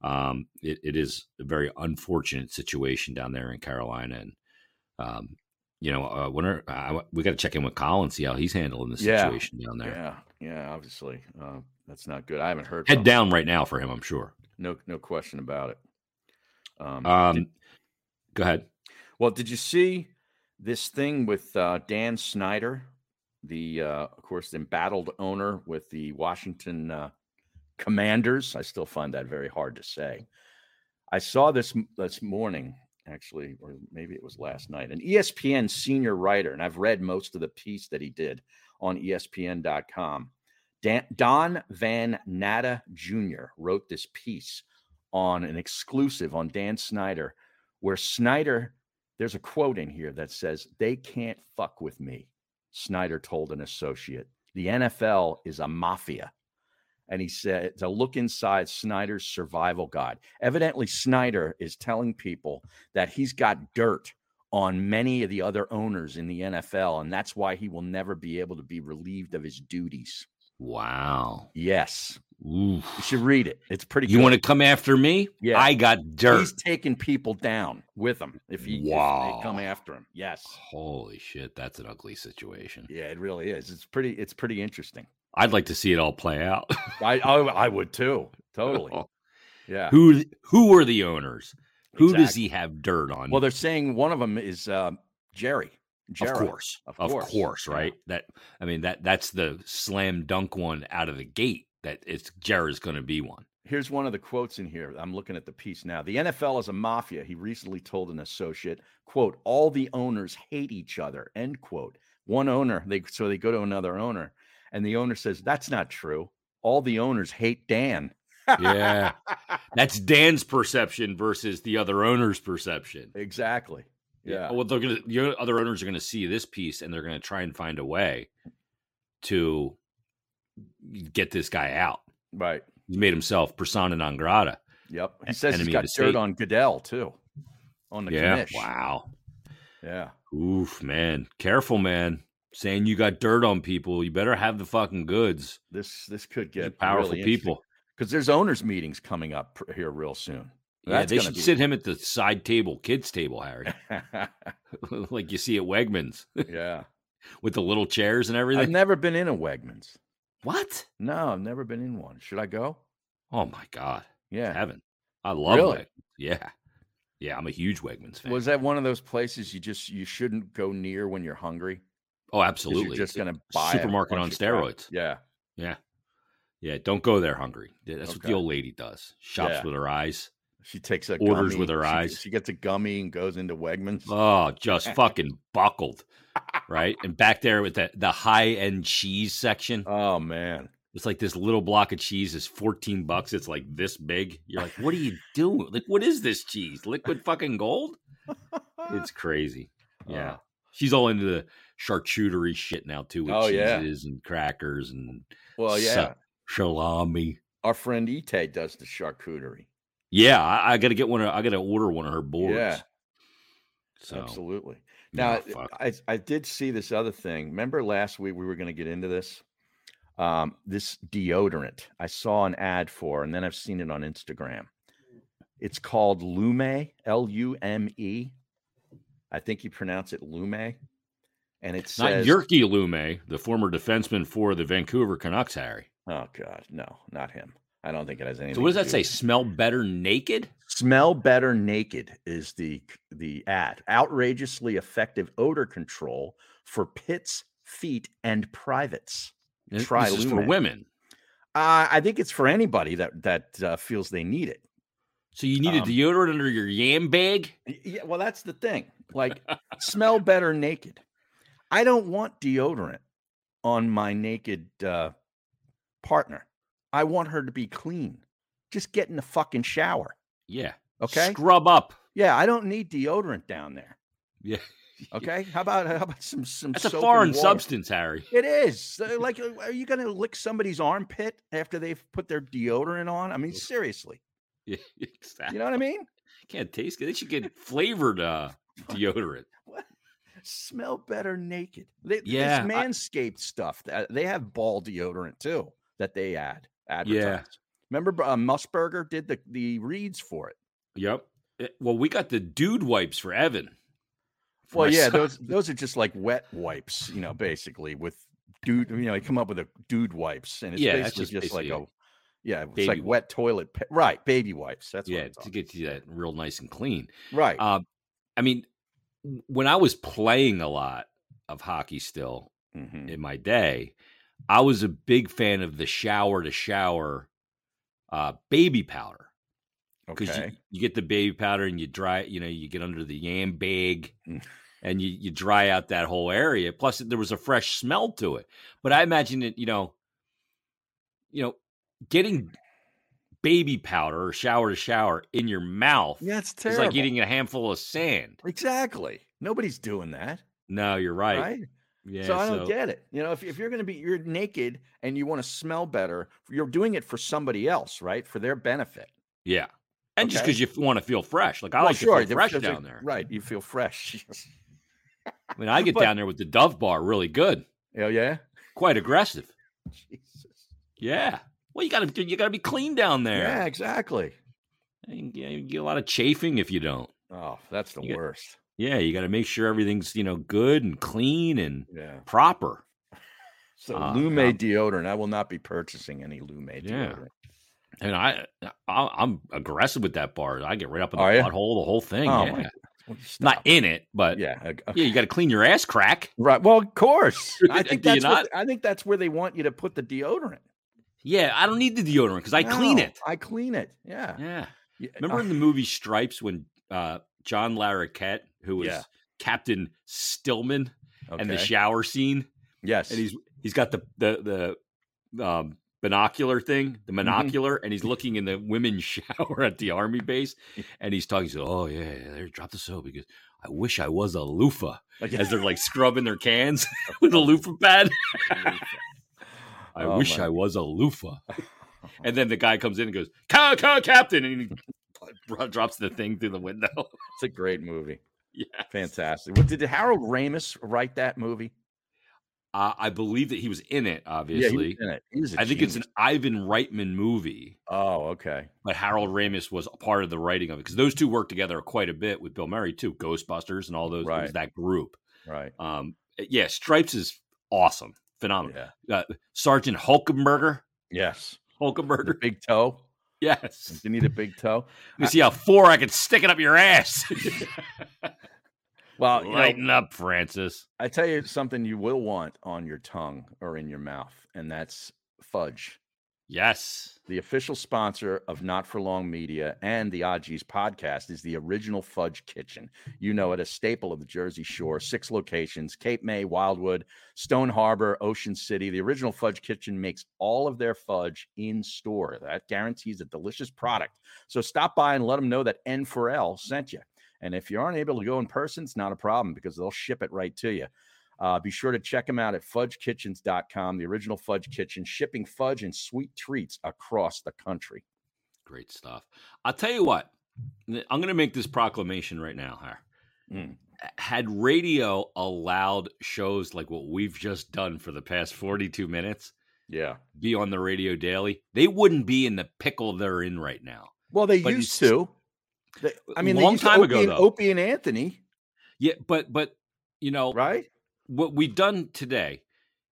um, it, it is a very unfortunate situation down there in Carolina, and um, you know, uh, when are, I, we got to check in with Colin see how he's handling the Yeah. situation down there. Yeah. Yeah. Obviously, uh, that's not good. I haven't heard. Head from him. down right now for him, I'm sure. No, no question about it. Um, Um, go ahead. well, did you see this thing with uh, Dan Snyder, the uh, of course the embattled owner with the Washington uh, Commanders? I still find that very hard to say. I saw this m- this morning, actually, or maybe it was last night. An E ESPN senior writer, and I've read most of the piece that he did on E ESPN.com. Dan, Don Van Natta Jr. wrote this piece on an exclusive on Dan Snyder, where Snyder, there's a quote in here that says, They can't fuck with me, Snyder told an associate. The NFL is a mafia and he said to look inside Snyder's survival guide. Evidently, Snyder is telling people that he's got dirt on many of the other owners in the NFL, and that's why he will never be able to be relieved of his duties. Wow. Yes, Oof. you should read it. It's pretty. You good. want to come after me? Yeah. I got dirt. He's taking people down with him if he if Wow. they come after him. Yes. Holy shit, that's an ugly situation. Yeah, it really is. It's pretty. It's pretty interesting. I'd like to see it all play out. I I, I would too. Totally. Yeah. Oh, who who are the owners? Who does Exactly. he have dirt on? Well, they're saying one of them is uh, Jerry. Jerry. of course, Of of course. course, right? That I mean that that's the slam dunk one out of the gate. That it's Jared's going to be one. Here's one of the quotes in here. I'm looking at the piece now. The NFL is a mafia. He recently told an associate, "quote All the owners hate each other." End quote. One owner, they so they go to another owner, and the owner says, "That's not true. All the owners hate Dan." Yeah, that's Dan's perception versus the other owner's perception. Exactly. Yeah. Well, they're gonna your other owners are gonna see this piece and they're gonna try and find a way to get this guy out. Right. He's made himself persona non grata. Yep. He E- says he's enemy of got the dirt state. on Goodell too, on the Yeah. commish. Wow. Yeah. Oof, man. Careful, man. Saying you got dirt on people, you better have the fucking goods. This this could These are get powerful people. because there's owners meetings coming up pr- here real soon. Yeah, That's they gonna should be- sit him at the side table, kids table, Harry, like you see at Wegmans yeah. with the little chairs and I've everything. never been in a Wegmans. what? No, I've never been in one. Should I go? Oh my god, Yeah. heaven! I love Really? Wegmans. Yeah, yeah, I'm a huge Wegmans fan. Was that one of those places you just you shouldn't go near when you're hungry? 'Cause oh, You're absolutely. just going to a buy a supermarket bunch on of crap. steroids. Yeah. yeah, don't go there hungry. Yeah, That's what Okay. the old lady does. Shops Yeah. with her eyes. She takes a Orders gummy. with her she- eyes. She gets a gummy and goes into Wegmans. Oh, just fucking buckled, right? And back there with the the high end cheese section. Oh man. It's like this little block of cheese is 14 bucks. It's like this big. You're like, what are you doing? Like, what is this cheese? Liquid fucking gold? It's crazy. Yeah. Uh, She's all into the charcuterie shit now, too, with Oh, yeah. cheeses and crackers and well, yeah. So- salami. Our friend Ite does the charcuterie. Yeah, I, I gotta get one of I gotta order one of her boards. Yeah. So Absolutely. nah, Now, fuck. I, I did see this other thing. Remember last week we were going to get into this? Um, this deodorant I saw an ad for, and then I've seen it on Instagram. It's called Lume, L U M E. I think you pronounce it Lume. And it not says, Yerky Lume, the former defenseman for the Vancouver Canucks, Harry. Oh, God. No, not him. I don't think it has anything. So what does to that do say? with- Smell better naked? Smell better naked is the the ad. Outrageously effective odor control for pits, feet, and privates. This Try is for Lume. women. Uh, I think it's for anybody that that uh, feels they need it. So you need Um, a deodorant under your yam bag? Y- Yeah, well, that's the thing. Like, smell better naked. I don't want deodorant on my naked uh, partner. I want her to be clean. Just get in the fucking shower, Yeah. okay? Scrub up. Yeah, I don't need deodorant down there. Yeah. Okay. How about how about some some? That's a soap and foreign water? substance, Harry. It is Uh, like, uh, are you going to lick somebody's armpit after they've put their deodorant on? I mean, seriously, Yeah, exactly. you know what I mean? Can't taste good. They should get flavored uh, deodorant. Smell better naked. They, Yeah, I- this manscaped stuff. uh, They have ball deodorant too that they add. Advertise. Remember, uh, Musburger did the the reads for it. Yep. Eh, Well, we got the dude wipes for Evan. For Well, my yeah, son. those those are just like wet wipes, you know, basically with dude, you know, you come up with a dude wipes, and it's Yeah, that's basically just, just like basically a, yeah, it's baby like wipe. wet toilet, pa- right? Baby wipes. That's what yeah, I'm to talking- get you that real nice and clean. right. Uh, I mean, w- when I was playing a lot of hockey still Mhm. in my day, I was a big fan of the shower to shower uh, baby powder. because Okay. you, you get the baby powder and you dry you know you get under the yam bag Mm. and you, you dry out that whole area plus there was a fresh smell to it but i imagine that you know you know getting baby powder or shower to shower in your mouth yeah, it's is terrible. like eating a handful of sand exactly. Nobody's doing that, no you're right, right? Yeah, so I don't get it. You know, if, if you're going to be you're naked and you want to smell better, you're doing it for somebody else, right? For their benefit. Yeah. And just Okay. because you want to feel fresh, like I Well, like to the- feel fresh there's a- down there. Right. You feel fresh. I mean, I get But- down there with the Dove bar really good, oh yeah. quite aggressive. Jesus. Yeah. Well, you gotta do- you gotta be clean down there. Yeah, exactly. And You you get a lot of chafing if you don't. Oh, that's the You get- worst. Yeah, you got to make sure everything's you know good and clean and Yeah. proper. So Uh, Lume yeah. deodorant. I will not be purchasing any Lume Yeah. deodorant. And I, I I'm aggressive with that bar. I get right up in the Are ya? butthole, the whole thing. Oh, yeah. my- Well, you Not stop. in it, but yeah, yeah. ag- yeah you got to clean your ass crack. Right. Well, of course. I think Do you that's what, I think that's where they want you to put the deodorant. Yeah, I don't need the deodorant because I clean No, it. I clean it. Yeah. Yeah. Yeah, Remember uh, in the movie Stripes when uh, John Larroquette, who was Yeah. Captain Stillman, and the okay. shower scene, Yes. and he's he's got the the the um, binocular thing, the Mm-hmm. monocular, and he's looking in the women's shower at the army base, and he's talking. He's like, "Oh yeah, yeah, there, drop the soap because I wish I was a loofah." Like- As they're like scrubbing their cans with a loofah pad, I Oh, wish my- I was a loofah. And then the guy comes in and goes, "Cow, cow, captain," and he dro- drops the thing through the window. It's a great movie. yeah, Fantastic. Well, did Harold Ramis write that movie? uh, I believe that he was in it. Yeah, he Obviously, was in it. He was a I think it's an genius. Ivan Reitman movie. Oh, okay. but Harold Ramis was a part of the writing of it because those two worked together quite a bit with Bill Murray too, Ghostbusters and all those it was Right. that group. Right. Um, yeah, Stripes is awesome, phenomenal. Yeah. Sergeant Hulkenberger, Yes. The Hulkenberger, big toe. yes. You need a big toe. Let me see how four I can stick it up your ass. Well, you know, Lighten up, Francis. I tell you something you will want on your tongue or in your mouth, and that's fudge. Yes, The official sponsor of Not For Long Media and the Odgies podcast is the original Fudge Kitchen. You know it, a staple of the Jersey Shore, six locations Cape May, Wildwood, Stone Harbor, Ocean City. The original Fudge Kitchen makes all of their fudge in store. That guarantees a delicious product. So stop by and let them know that N4L sent you. And if you aren't able to go in person, it's not a problem because they'll ship it right to you. Uh, be sure to check them out at fudgekitchens.com, the original Fudge Kitchen, shipping fudge and sweet treats across the country. great stuff. I'll tell you what. I'm going to make this proclamation right now, here. Mm. had radio allowed shows like what we've just done for the past 42 minutes Yeah. be on the radio daily, they wouldn't be in the pickle they're in right now. Well, they But used it's- to. They- I mean, they Long used time to ago, Opie and- though. Opie and Anthony, Yeah, but but you know right? what we've done today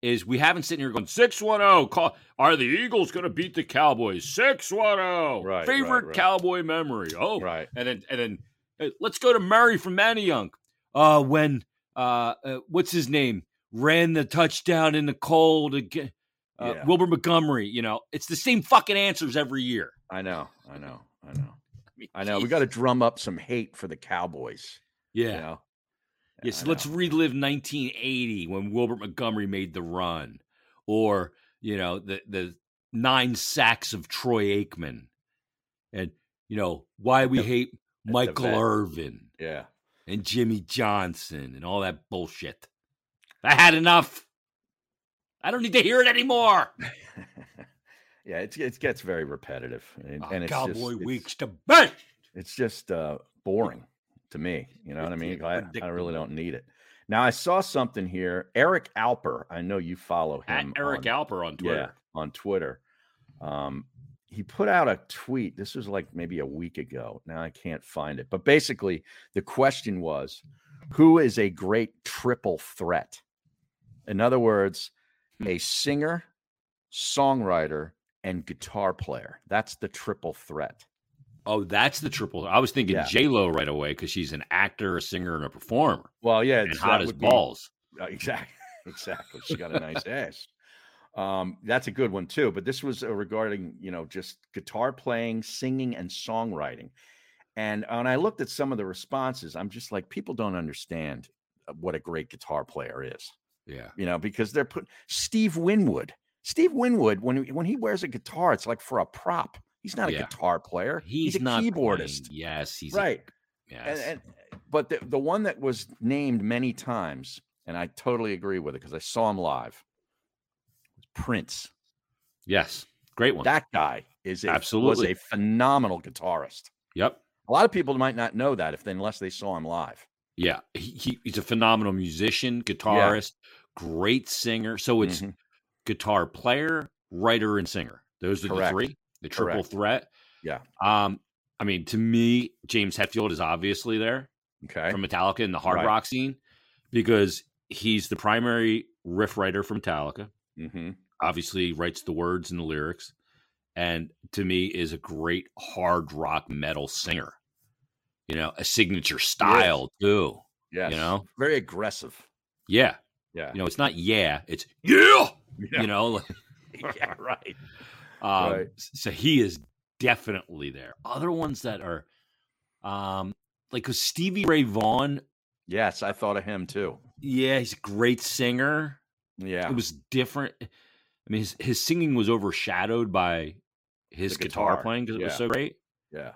is we haven't sitting here going 610 call are the Eagles going to beat the Cowboys 610 Right, right, favorite right. cowboy memory. Oh, Right. and then and then uh, let's go to Murray from Manayunk. Uh, when uh, uh, what's his name ran the touchdown in the cold again? Uh, Yeah. Wilbur Montgomery. You know, it's the same fucking answers every year. I know. I know. I know. mean, I know. We jeez. got to drum up some hate for the Cowboys. yeah. You know? Yeah, I so let's know. relive 1980 when Wilbert Montgomery made the run, or you know the the nine sacks of Troy Aikman, and you know why we the- hate the Michael vet. Irvin Yeah. and Jimmy Johnson and all that bullshit. I had enough. I don't need to hear it anymore. yeah. It's, it gets very repetitive. And, Ah, and it's just- Cowboy it's- Week's the best. it's just uh, boring to me. You know what I It's mean? I, I predictable. really don't need it. Now I saw something here. Eric Alper, I know you follow At him. Eric on, Alper on Twitter. yeah, on Twitter. Um, he put out a tweet. This was like maybe a week ago. Now I can't find it, but basically the question was, who is a great triple threat? In other words, a singer, songwriter, and guitar player. That's the triple threat. Oh, that's the triple. I was thinking Yeah. J Lo right away because she's an actor, a singer, and a performer, Well, yeah, and it's- hot that as would be- balls. exactly. Uh, Exactly. She got a nice ass. Um, that's a good one too. But this was uh, regarding, you know, just guitar playing, singing, and songwriting. And uh, and I looked at some of the responses. I'm just like, people don't understand uh, what a great guitar player is, Yeah. you know, because they're put Steve Winwood. Steve Winwood, when he- when he wears a guitar, it's like for a prop. He's not a Yeah. guitar player. He's, a playing. keyboardist, Yes, he's a- right? yes. and, and but the, the one that was named many times and I totally agree with it because I saw him live. Prince, Yes. Great one. that guy is a, Absolutely. was a phenomenal guitarist. yep. A lot of people might not know that if they, unless they saw him live. Yeah. He, he, he's a phenomenal musician, guitarist, great singer. So it's Mhm. guitar player, writer, and singer. Those are Correct. the three, the triple Correct. threat. Yeah. Um, I mean, to me, James Hetfield is obviously there okay. from Metallica in the hard Right. rock scene because he's the primary riff writer for Metallica. mm-hmm. Obviously, writes the words and the lyrics, and to me is a great hard rock metal singer. You know, a signature style too. Yes. You know, very aggressive. yeah. Yeah. You know, it's not yeah, it's yeah. Yeah. You know, like, yeah, right. Um, Right. s- So he is definitely there. Other ones that are, um, like 'cause Stevie Ray Vaughan, Yes, I thought of him too. yeah, he's a great singer. Yeah. It was different. I mean, his, his singing was overshadowed by his The guitar, guitar, playing because it was yeah. so great. yeah.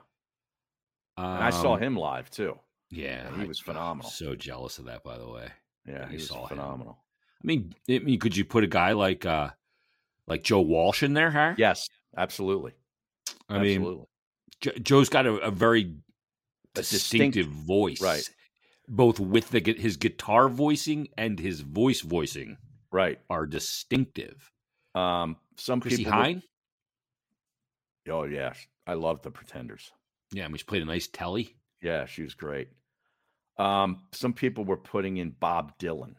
And I saw Um, him live too. Yeah, and he I- was I'm phenomenal. So jealous of that, by the way. I Yeah, you he was saw him. phenomenal. mean, I mean, could you put a guy like, uh, like Joe Walsh in there? Huh? Yes, absolutely. I mean, absolutely. Jo- Joe's got a, a very A distinct- distinctive voice, right. Both with the gu- his guitar voicing and his voice voicing right. are distinctive. Um, some Chrissy people. would- Hine, oh yeah, sh- I love the Pretenders. yeah, I mean, she played a nice telly. Yeah, she was great. Um, some people were putting in Bob Dylan.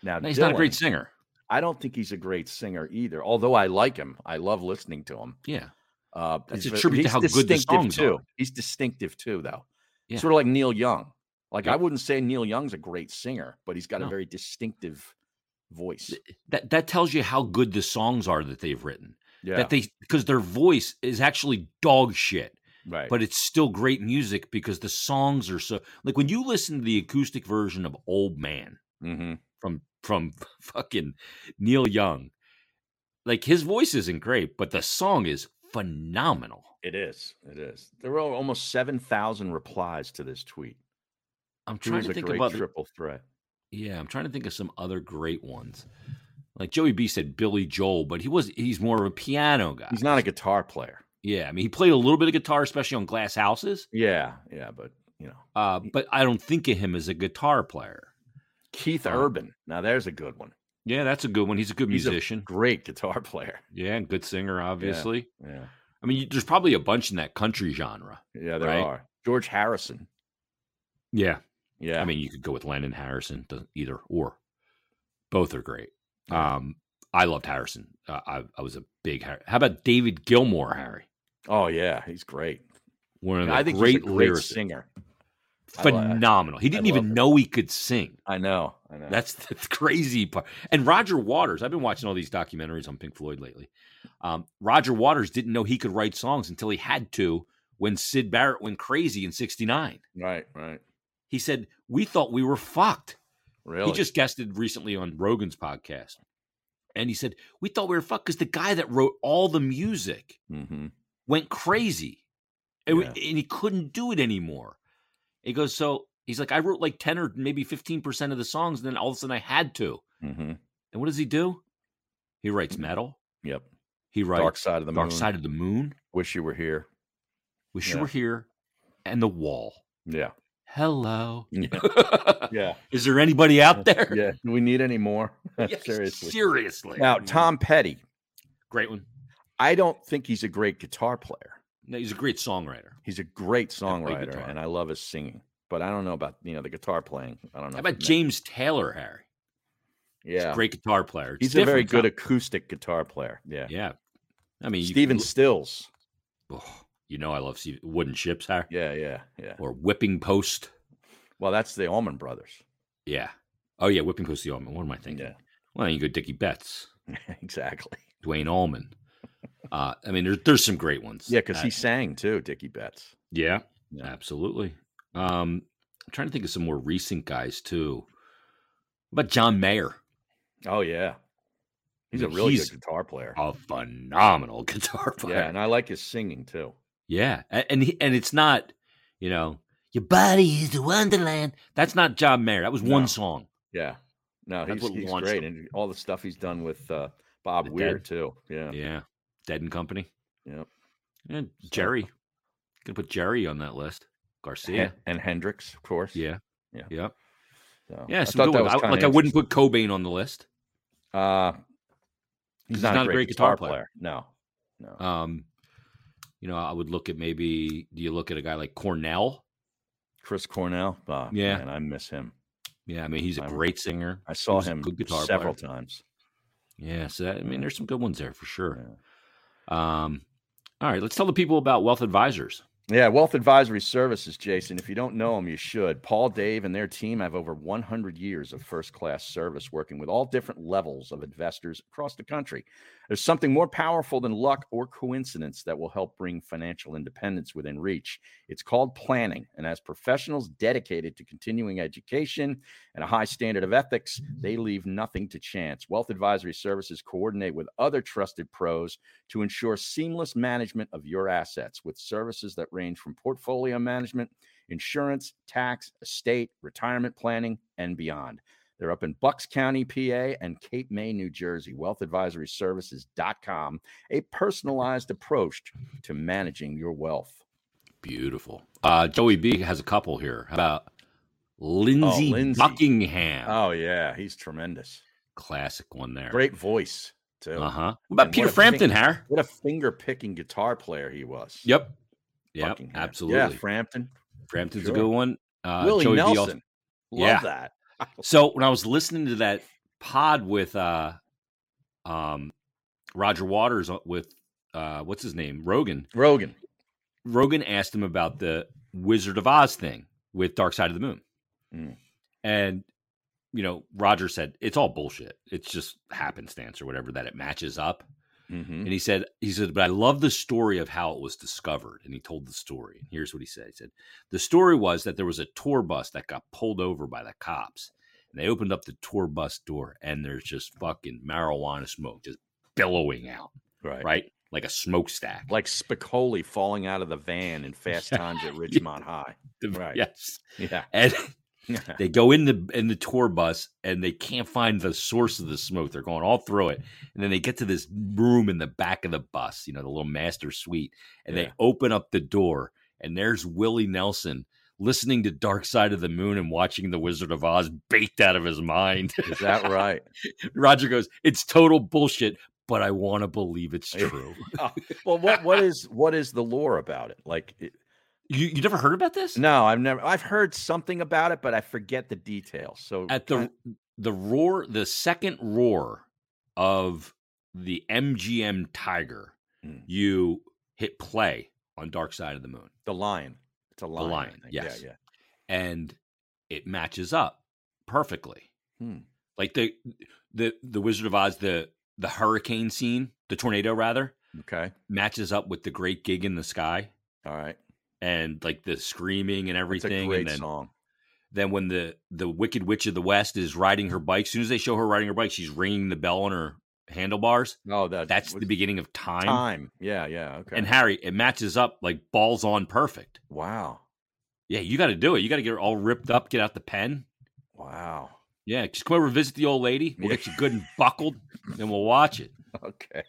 Now And he's not a great Dylan, singer. I don't think he's a great singer either. Although I like him, I love listening to him. Yeah, Uh, That's he's a ve- tribute to he's how good the distinctive songs too. are. He's distinctive too, though. Yeah. Sort of like Neil Young. Like Yeah. I wouldn't say Neil Young's a great singer, but he's got No. a very distinctive voice. that that tells you how good the songs are that they've written. Yeah, That they because their voice is actually dog shit, right. but it's still great music because the songs are so like when you listen to the acoustic version of Old Man. mm-hmm. from from fucking Neil Young. Like his voice isn't great, but the song is phenomenal. It is. It is. There were almost 7,000 replies to this tweet. I'm He trying was to a think great about triple threat. yeah, I'm trying to think of some other great ones. Like Joey B said Billy Joel, but he was he's more of a piano guy. He's not a guitar player. yeah, I mean he played a little bit of guitar, especially on Glass Houses. Yeah. Yeah. But, you know, Uh, but I don't think of him as a guitar player. Keith Uh, Urban. Now, there's a good one. Yeah, that's a good one. He's a good He's a musician. Great guitar player. yeah, and good singer, obviously. Yeah. I mean, you, there's probably a bunch in that country genre. Yeah. There Right. are. George Harrison. Yeah, Yeah. I mean, you could go with Landon Harrison, doesn't- either or. Both are great. Yeah. Um, I loved Harrison. Uh, I, I was a big. Har- How about David Gilmour, Harry? oh, yeah. He's great. One of the I think great, he's a great lyricists. singer. I li- Phenomenal. He didn't love even him. know he could sing. I know. I know. That's the crazy part. And Roger Waters, I've been watching all these documentaries on Pink Floyd lately. Um, Roger Waters didn't know he could write songs until he had to when Sid Barrett went crazy in 69. right. Right. He said, We thought we were fucked. Really? He just guested recently on Rogan's podcast. And he said, We thought we were fucked because the guy that wrote all the music hmm went crazy and, we- Yeah. and he couldn't do it anymore. He goes, So he's like, I wrote like 10 or maybe 15% of the songs. And then all of a sudden I had to. hmm And what does he do? He writes metal. Mm-hmm. Yep. He writes Dark Side of the Dark Moon. Side of the Moon, Wish You Were Here. Wish You Yeah. Were Here, and The Wall. Yeah. Hello. Yeah. yeah. Is there anybody out there? Yeah. Do we need any more? Yeah, Seriously. Seriously. Mm-hmm. Now, Tom Petty, Great one. I don't think he's a great guitar player. No, he's a great songwriter. He's a great play songwriter, guitar. and I love his singing. But I don't know about you know the guitar playing. I don't know. How if about it ma- James Taylor, Harry? He's a Yeah, great guitar player. It's he's a very different good acoustic guitar player. Yeah, kind- yeah. I mean, you- Steven Stills. oh, you know, I love Steve, wooden ships, Harry, Yeah, yeah, yeah. or whipping post. Well, that's the Allman Brothers. Yeah. Oh yeah, whipping post the almond. What am I thinking? Yeah, Well, then you go Dickie Betts, exactly. Dwayne Allman. Uh, I mean, there's there's some great ones. Yeah, because Uh, he sang too, Dickie Betts. yeah, Yeah. absolutely. Um, I'm trying to think of some more recent guys too. What about John Mayer, Oh yeah, he's a mean, really he's- good guitar player. a phenomenal guitar player. Yeah, and I like his singing too. Yeah, a- and he, and it's not, you know, your body is a wonderland. That's not John Mayer. That was No. one song. Yeah, No, That's he's, what he's launched great, him. and all the stuff he's done with uh, Bob The Weir Dead. too. Yeah, Yeah. Dead and Company. yeah. And Jerry. Gonna put Jerry on that list. Garcia. Hen- and Hendrix, of course. Yeah. Yeah. Yep. so, Yeah. I some thought good that ones. was I- kinda like I wouldn't put Cobain on the list. interesting. Uh, he's, not, a great, guitar, player. No, no. Um, you know, I would look at maybe. Do you look at a guy like Cornell? Chris Cornell. Oh, Yeah. man, I miss him. Yeah, I mean, he's a I'm- great singer. I He saw was a him good guitar several player. times. Yeah, so that, I mean, there's some good ones there for sure. Um, all right, let's tell the people about Wealth Advisors. Yeah, Wealth Advisory Services, Jason. If you don't know them, you should. Paul Dave and their team have over 100 years of first class service working with all different levels of investors across the country. There's something more powerful than luck or coincidence that will help bring financial independence within reach. It's called planning. And as professionals dedicated to continuing education and a high standard of ethics, they leave nothing to chance. Wealth Advisory Services coordinate with other trusted pros to ensure seamless management of your assets with services that range from portfolio management, insurance, tax, estate, retirement planning, and beyond. They're up in Bucks County, PA, and Cape May, New Jersey. WealthAdvisoryServices.com, a personalized approach to managing your wealth. Beautiful. Uh, Joey B has a couple here. How about Lindsey Oh, Lindsey. Buckingham? Oh, yeah. He's tremendous. Classic one there. Great voice, too. Uh huh. What about And what Peter a Frampton, thing. Har? What a finger picking guitar player he was. Yep. Yep. Buckingham. Absolutely. Yeah, Frampton. Frampton's sure. a good one. Uh, Willie Joey B also- Nelson. Love Yeah. that. So when I was listening to that pod with uh um Roger Waters uh, with uh what's his name? Rogan. Rogan. Rogan asked him about the Wizard of Oz thing with Dark Side of the Moon. Mm. And you know, Roger said it's all bullshit. It's just happenstance or whatever that it matches up. Mm-hmm. And he said, he said, but I love the story of how it was discovered. And he told the story. And here's what he said. He said, the story was that there was a tour bus that got pulled over by the cops. And they opened up the tour bus door and there's just fucking marijuana smoke just billowing out, Right. right? Like a smokestack. Like Spicoli falling out of the van in Fast Times at Ridgemont High. right. Yes. Yeah. And they go in the in the tour bus and they can't find the source of the smoke. They're going all through it, and then they get to this room in the back of the bus, you know, the little master suite, and Yeah. they open up the door, and there's Willie Nelson listening to Dark Side of the Moon and watching The Wizard of Oz baked out of his mind. Is that right? Roger goes, "It's total bullshit." But I want to believe it's Yeah. true. well, what what is what is the lore about it? Like it, You, you never heard about this? no, I've never I've heard something about it, but I forget the details. So at the the roar the second roar of the MGM Tiger, Mm. you hit play on Dark Side of the Moon the lion. It's a lion. I lion, think. yes. Yeah, and it matches up perfectly. Hmm. Like the the the Wizard of Oz the the hurricane scene, the tornado rather, yeah. Okay. matches up with the great gig in the sky All right. and like the screaming and It's a everything great and then song. then when the the wicked witch of the west is riding her bike as soon as they show her riding her bike she's ringing the bell on her handlebars No, Oh, that that's was the beginning of time, time. Yeah, yeah. Okay. and harry it matches up like balls on perfect wow. yeah you got to do it you got to get her all ripped up get out the pen Wow. yeah just come over and visit the old lady we'll Yeah. get you good and buckled and we'll watch it Okay.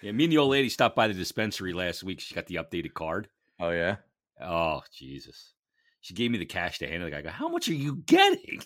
yeah me and the old lady stopped by the dispensary last week she got the updated card Oh yeah. oh jesus she gave me the cash to hand it. i go how much are you getting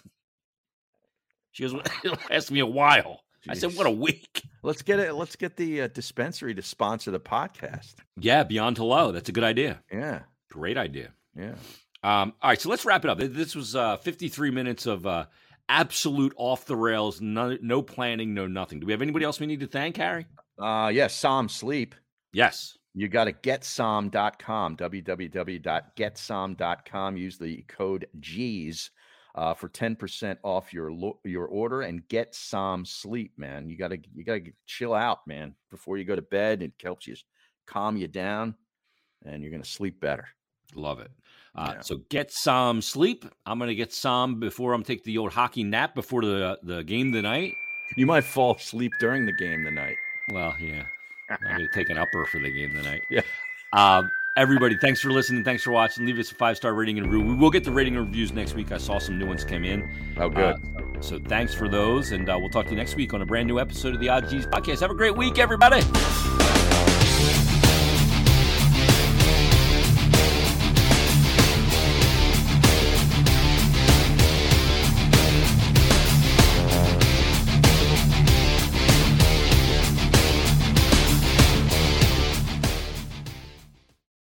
she goes well, it'll last me a while i said Jeez. what a week Let's get it. Let's get the uh, dispensary to sponsor the podcast. Yeah, Beyond Hello. That's a good idea. Yeah. Great idea. Yeah. Um, all right, so let's wrap it up. Th- This was uh, 53 minutes of uh, absolute off the rails, no, no planning, no nothing. Do we have anybody else we need to thank, Harry? Uh yeah, Psalm Sleep. Yes. You got to getsom.com, www.getsom.com. Use the code G's uh, for 10% off your lo- your order and get some sleep, man. You got to you got to chill out, man, before you go to bed. It helps you calm you down and you're going to sleep better. Love it. Uh, Yeah. So get some sleep. I'm going to get some before I'm taking the old hockey nap before the, the game tonight. You might fall asleep during the game tonight. Well, yeah. I'm going to take an upper for the game tonight. Yeah. Um, everybody, thanks for listening. Thanks for watching. Leave us a five star rating and review. We will get the rating and reviews next week. I saw some new ones come in. Oh good. Uh, So thanks for those, and uh, we'll talk to you next week on a brand new episode of the Odd G's podcast. Have a great week, everybody.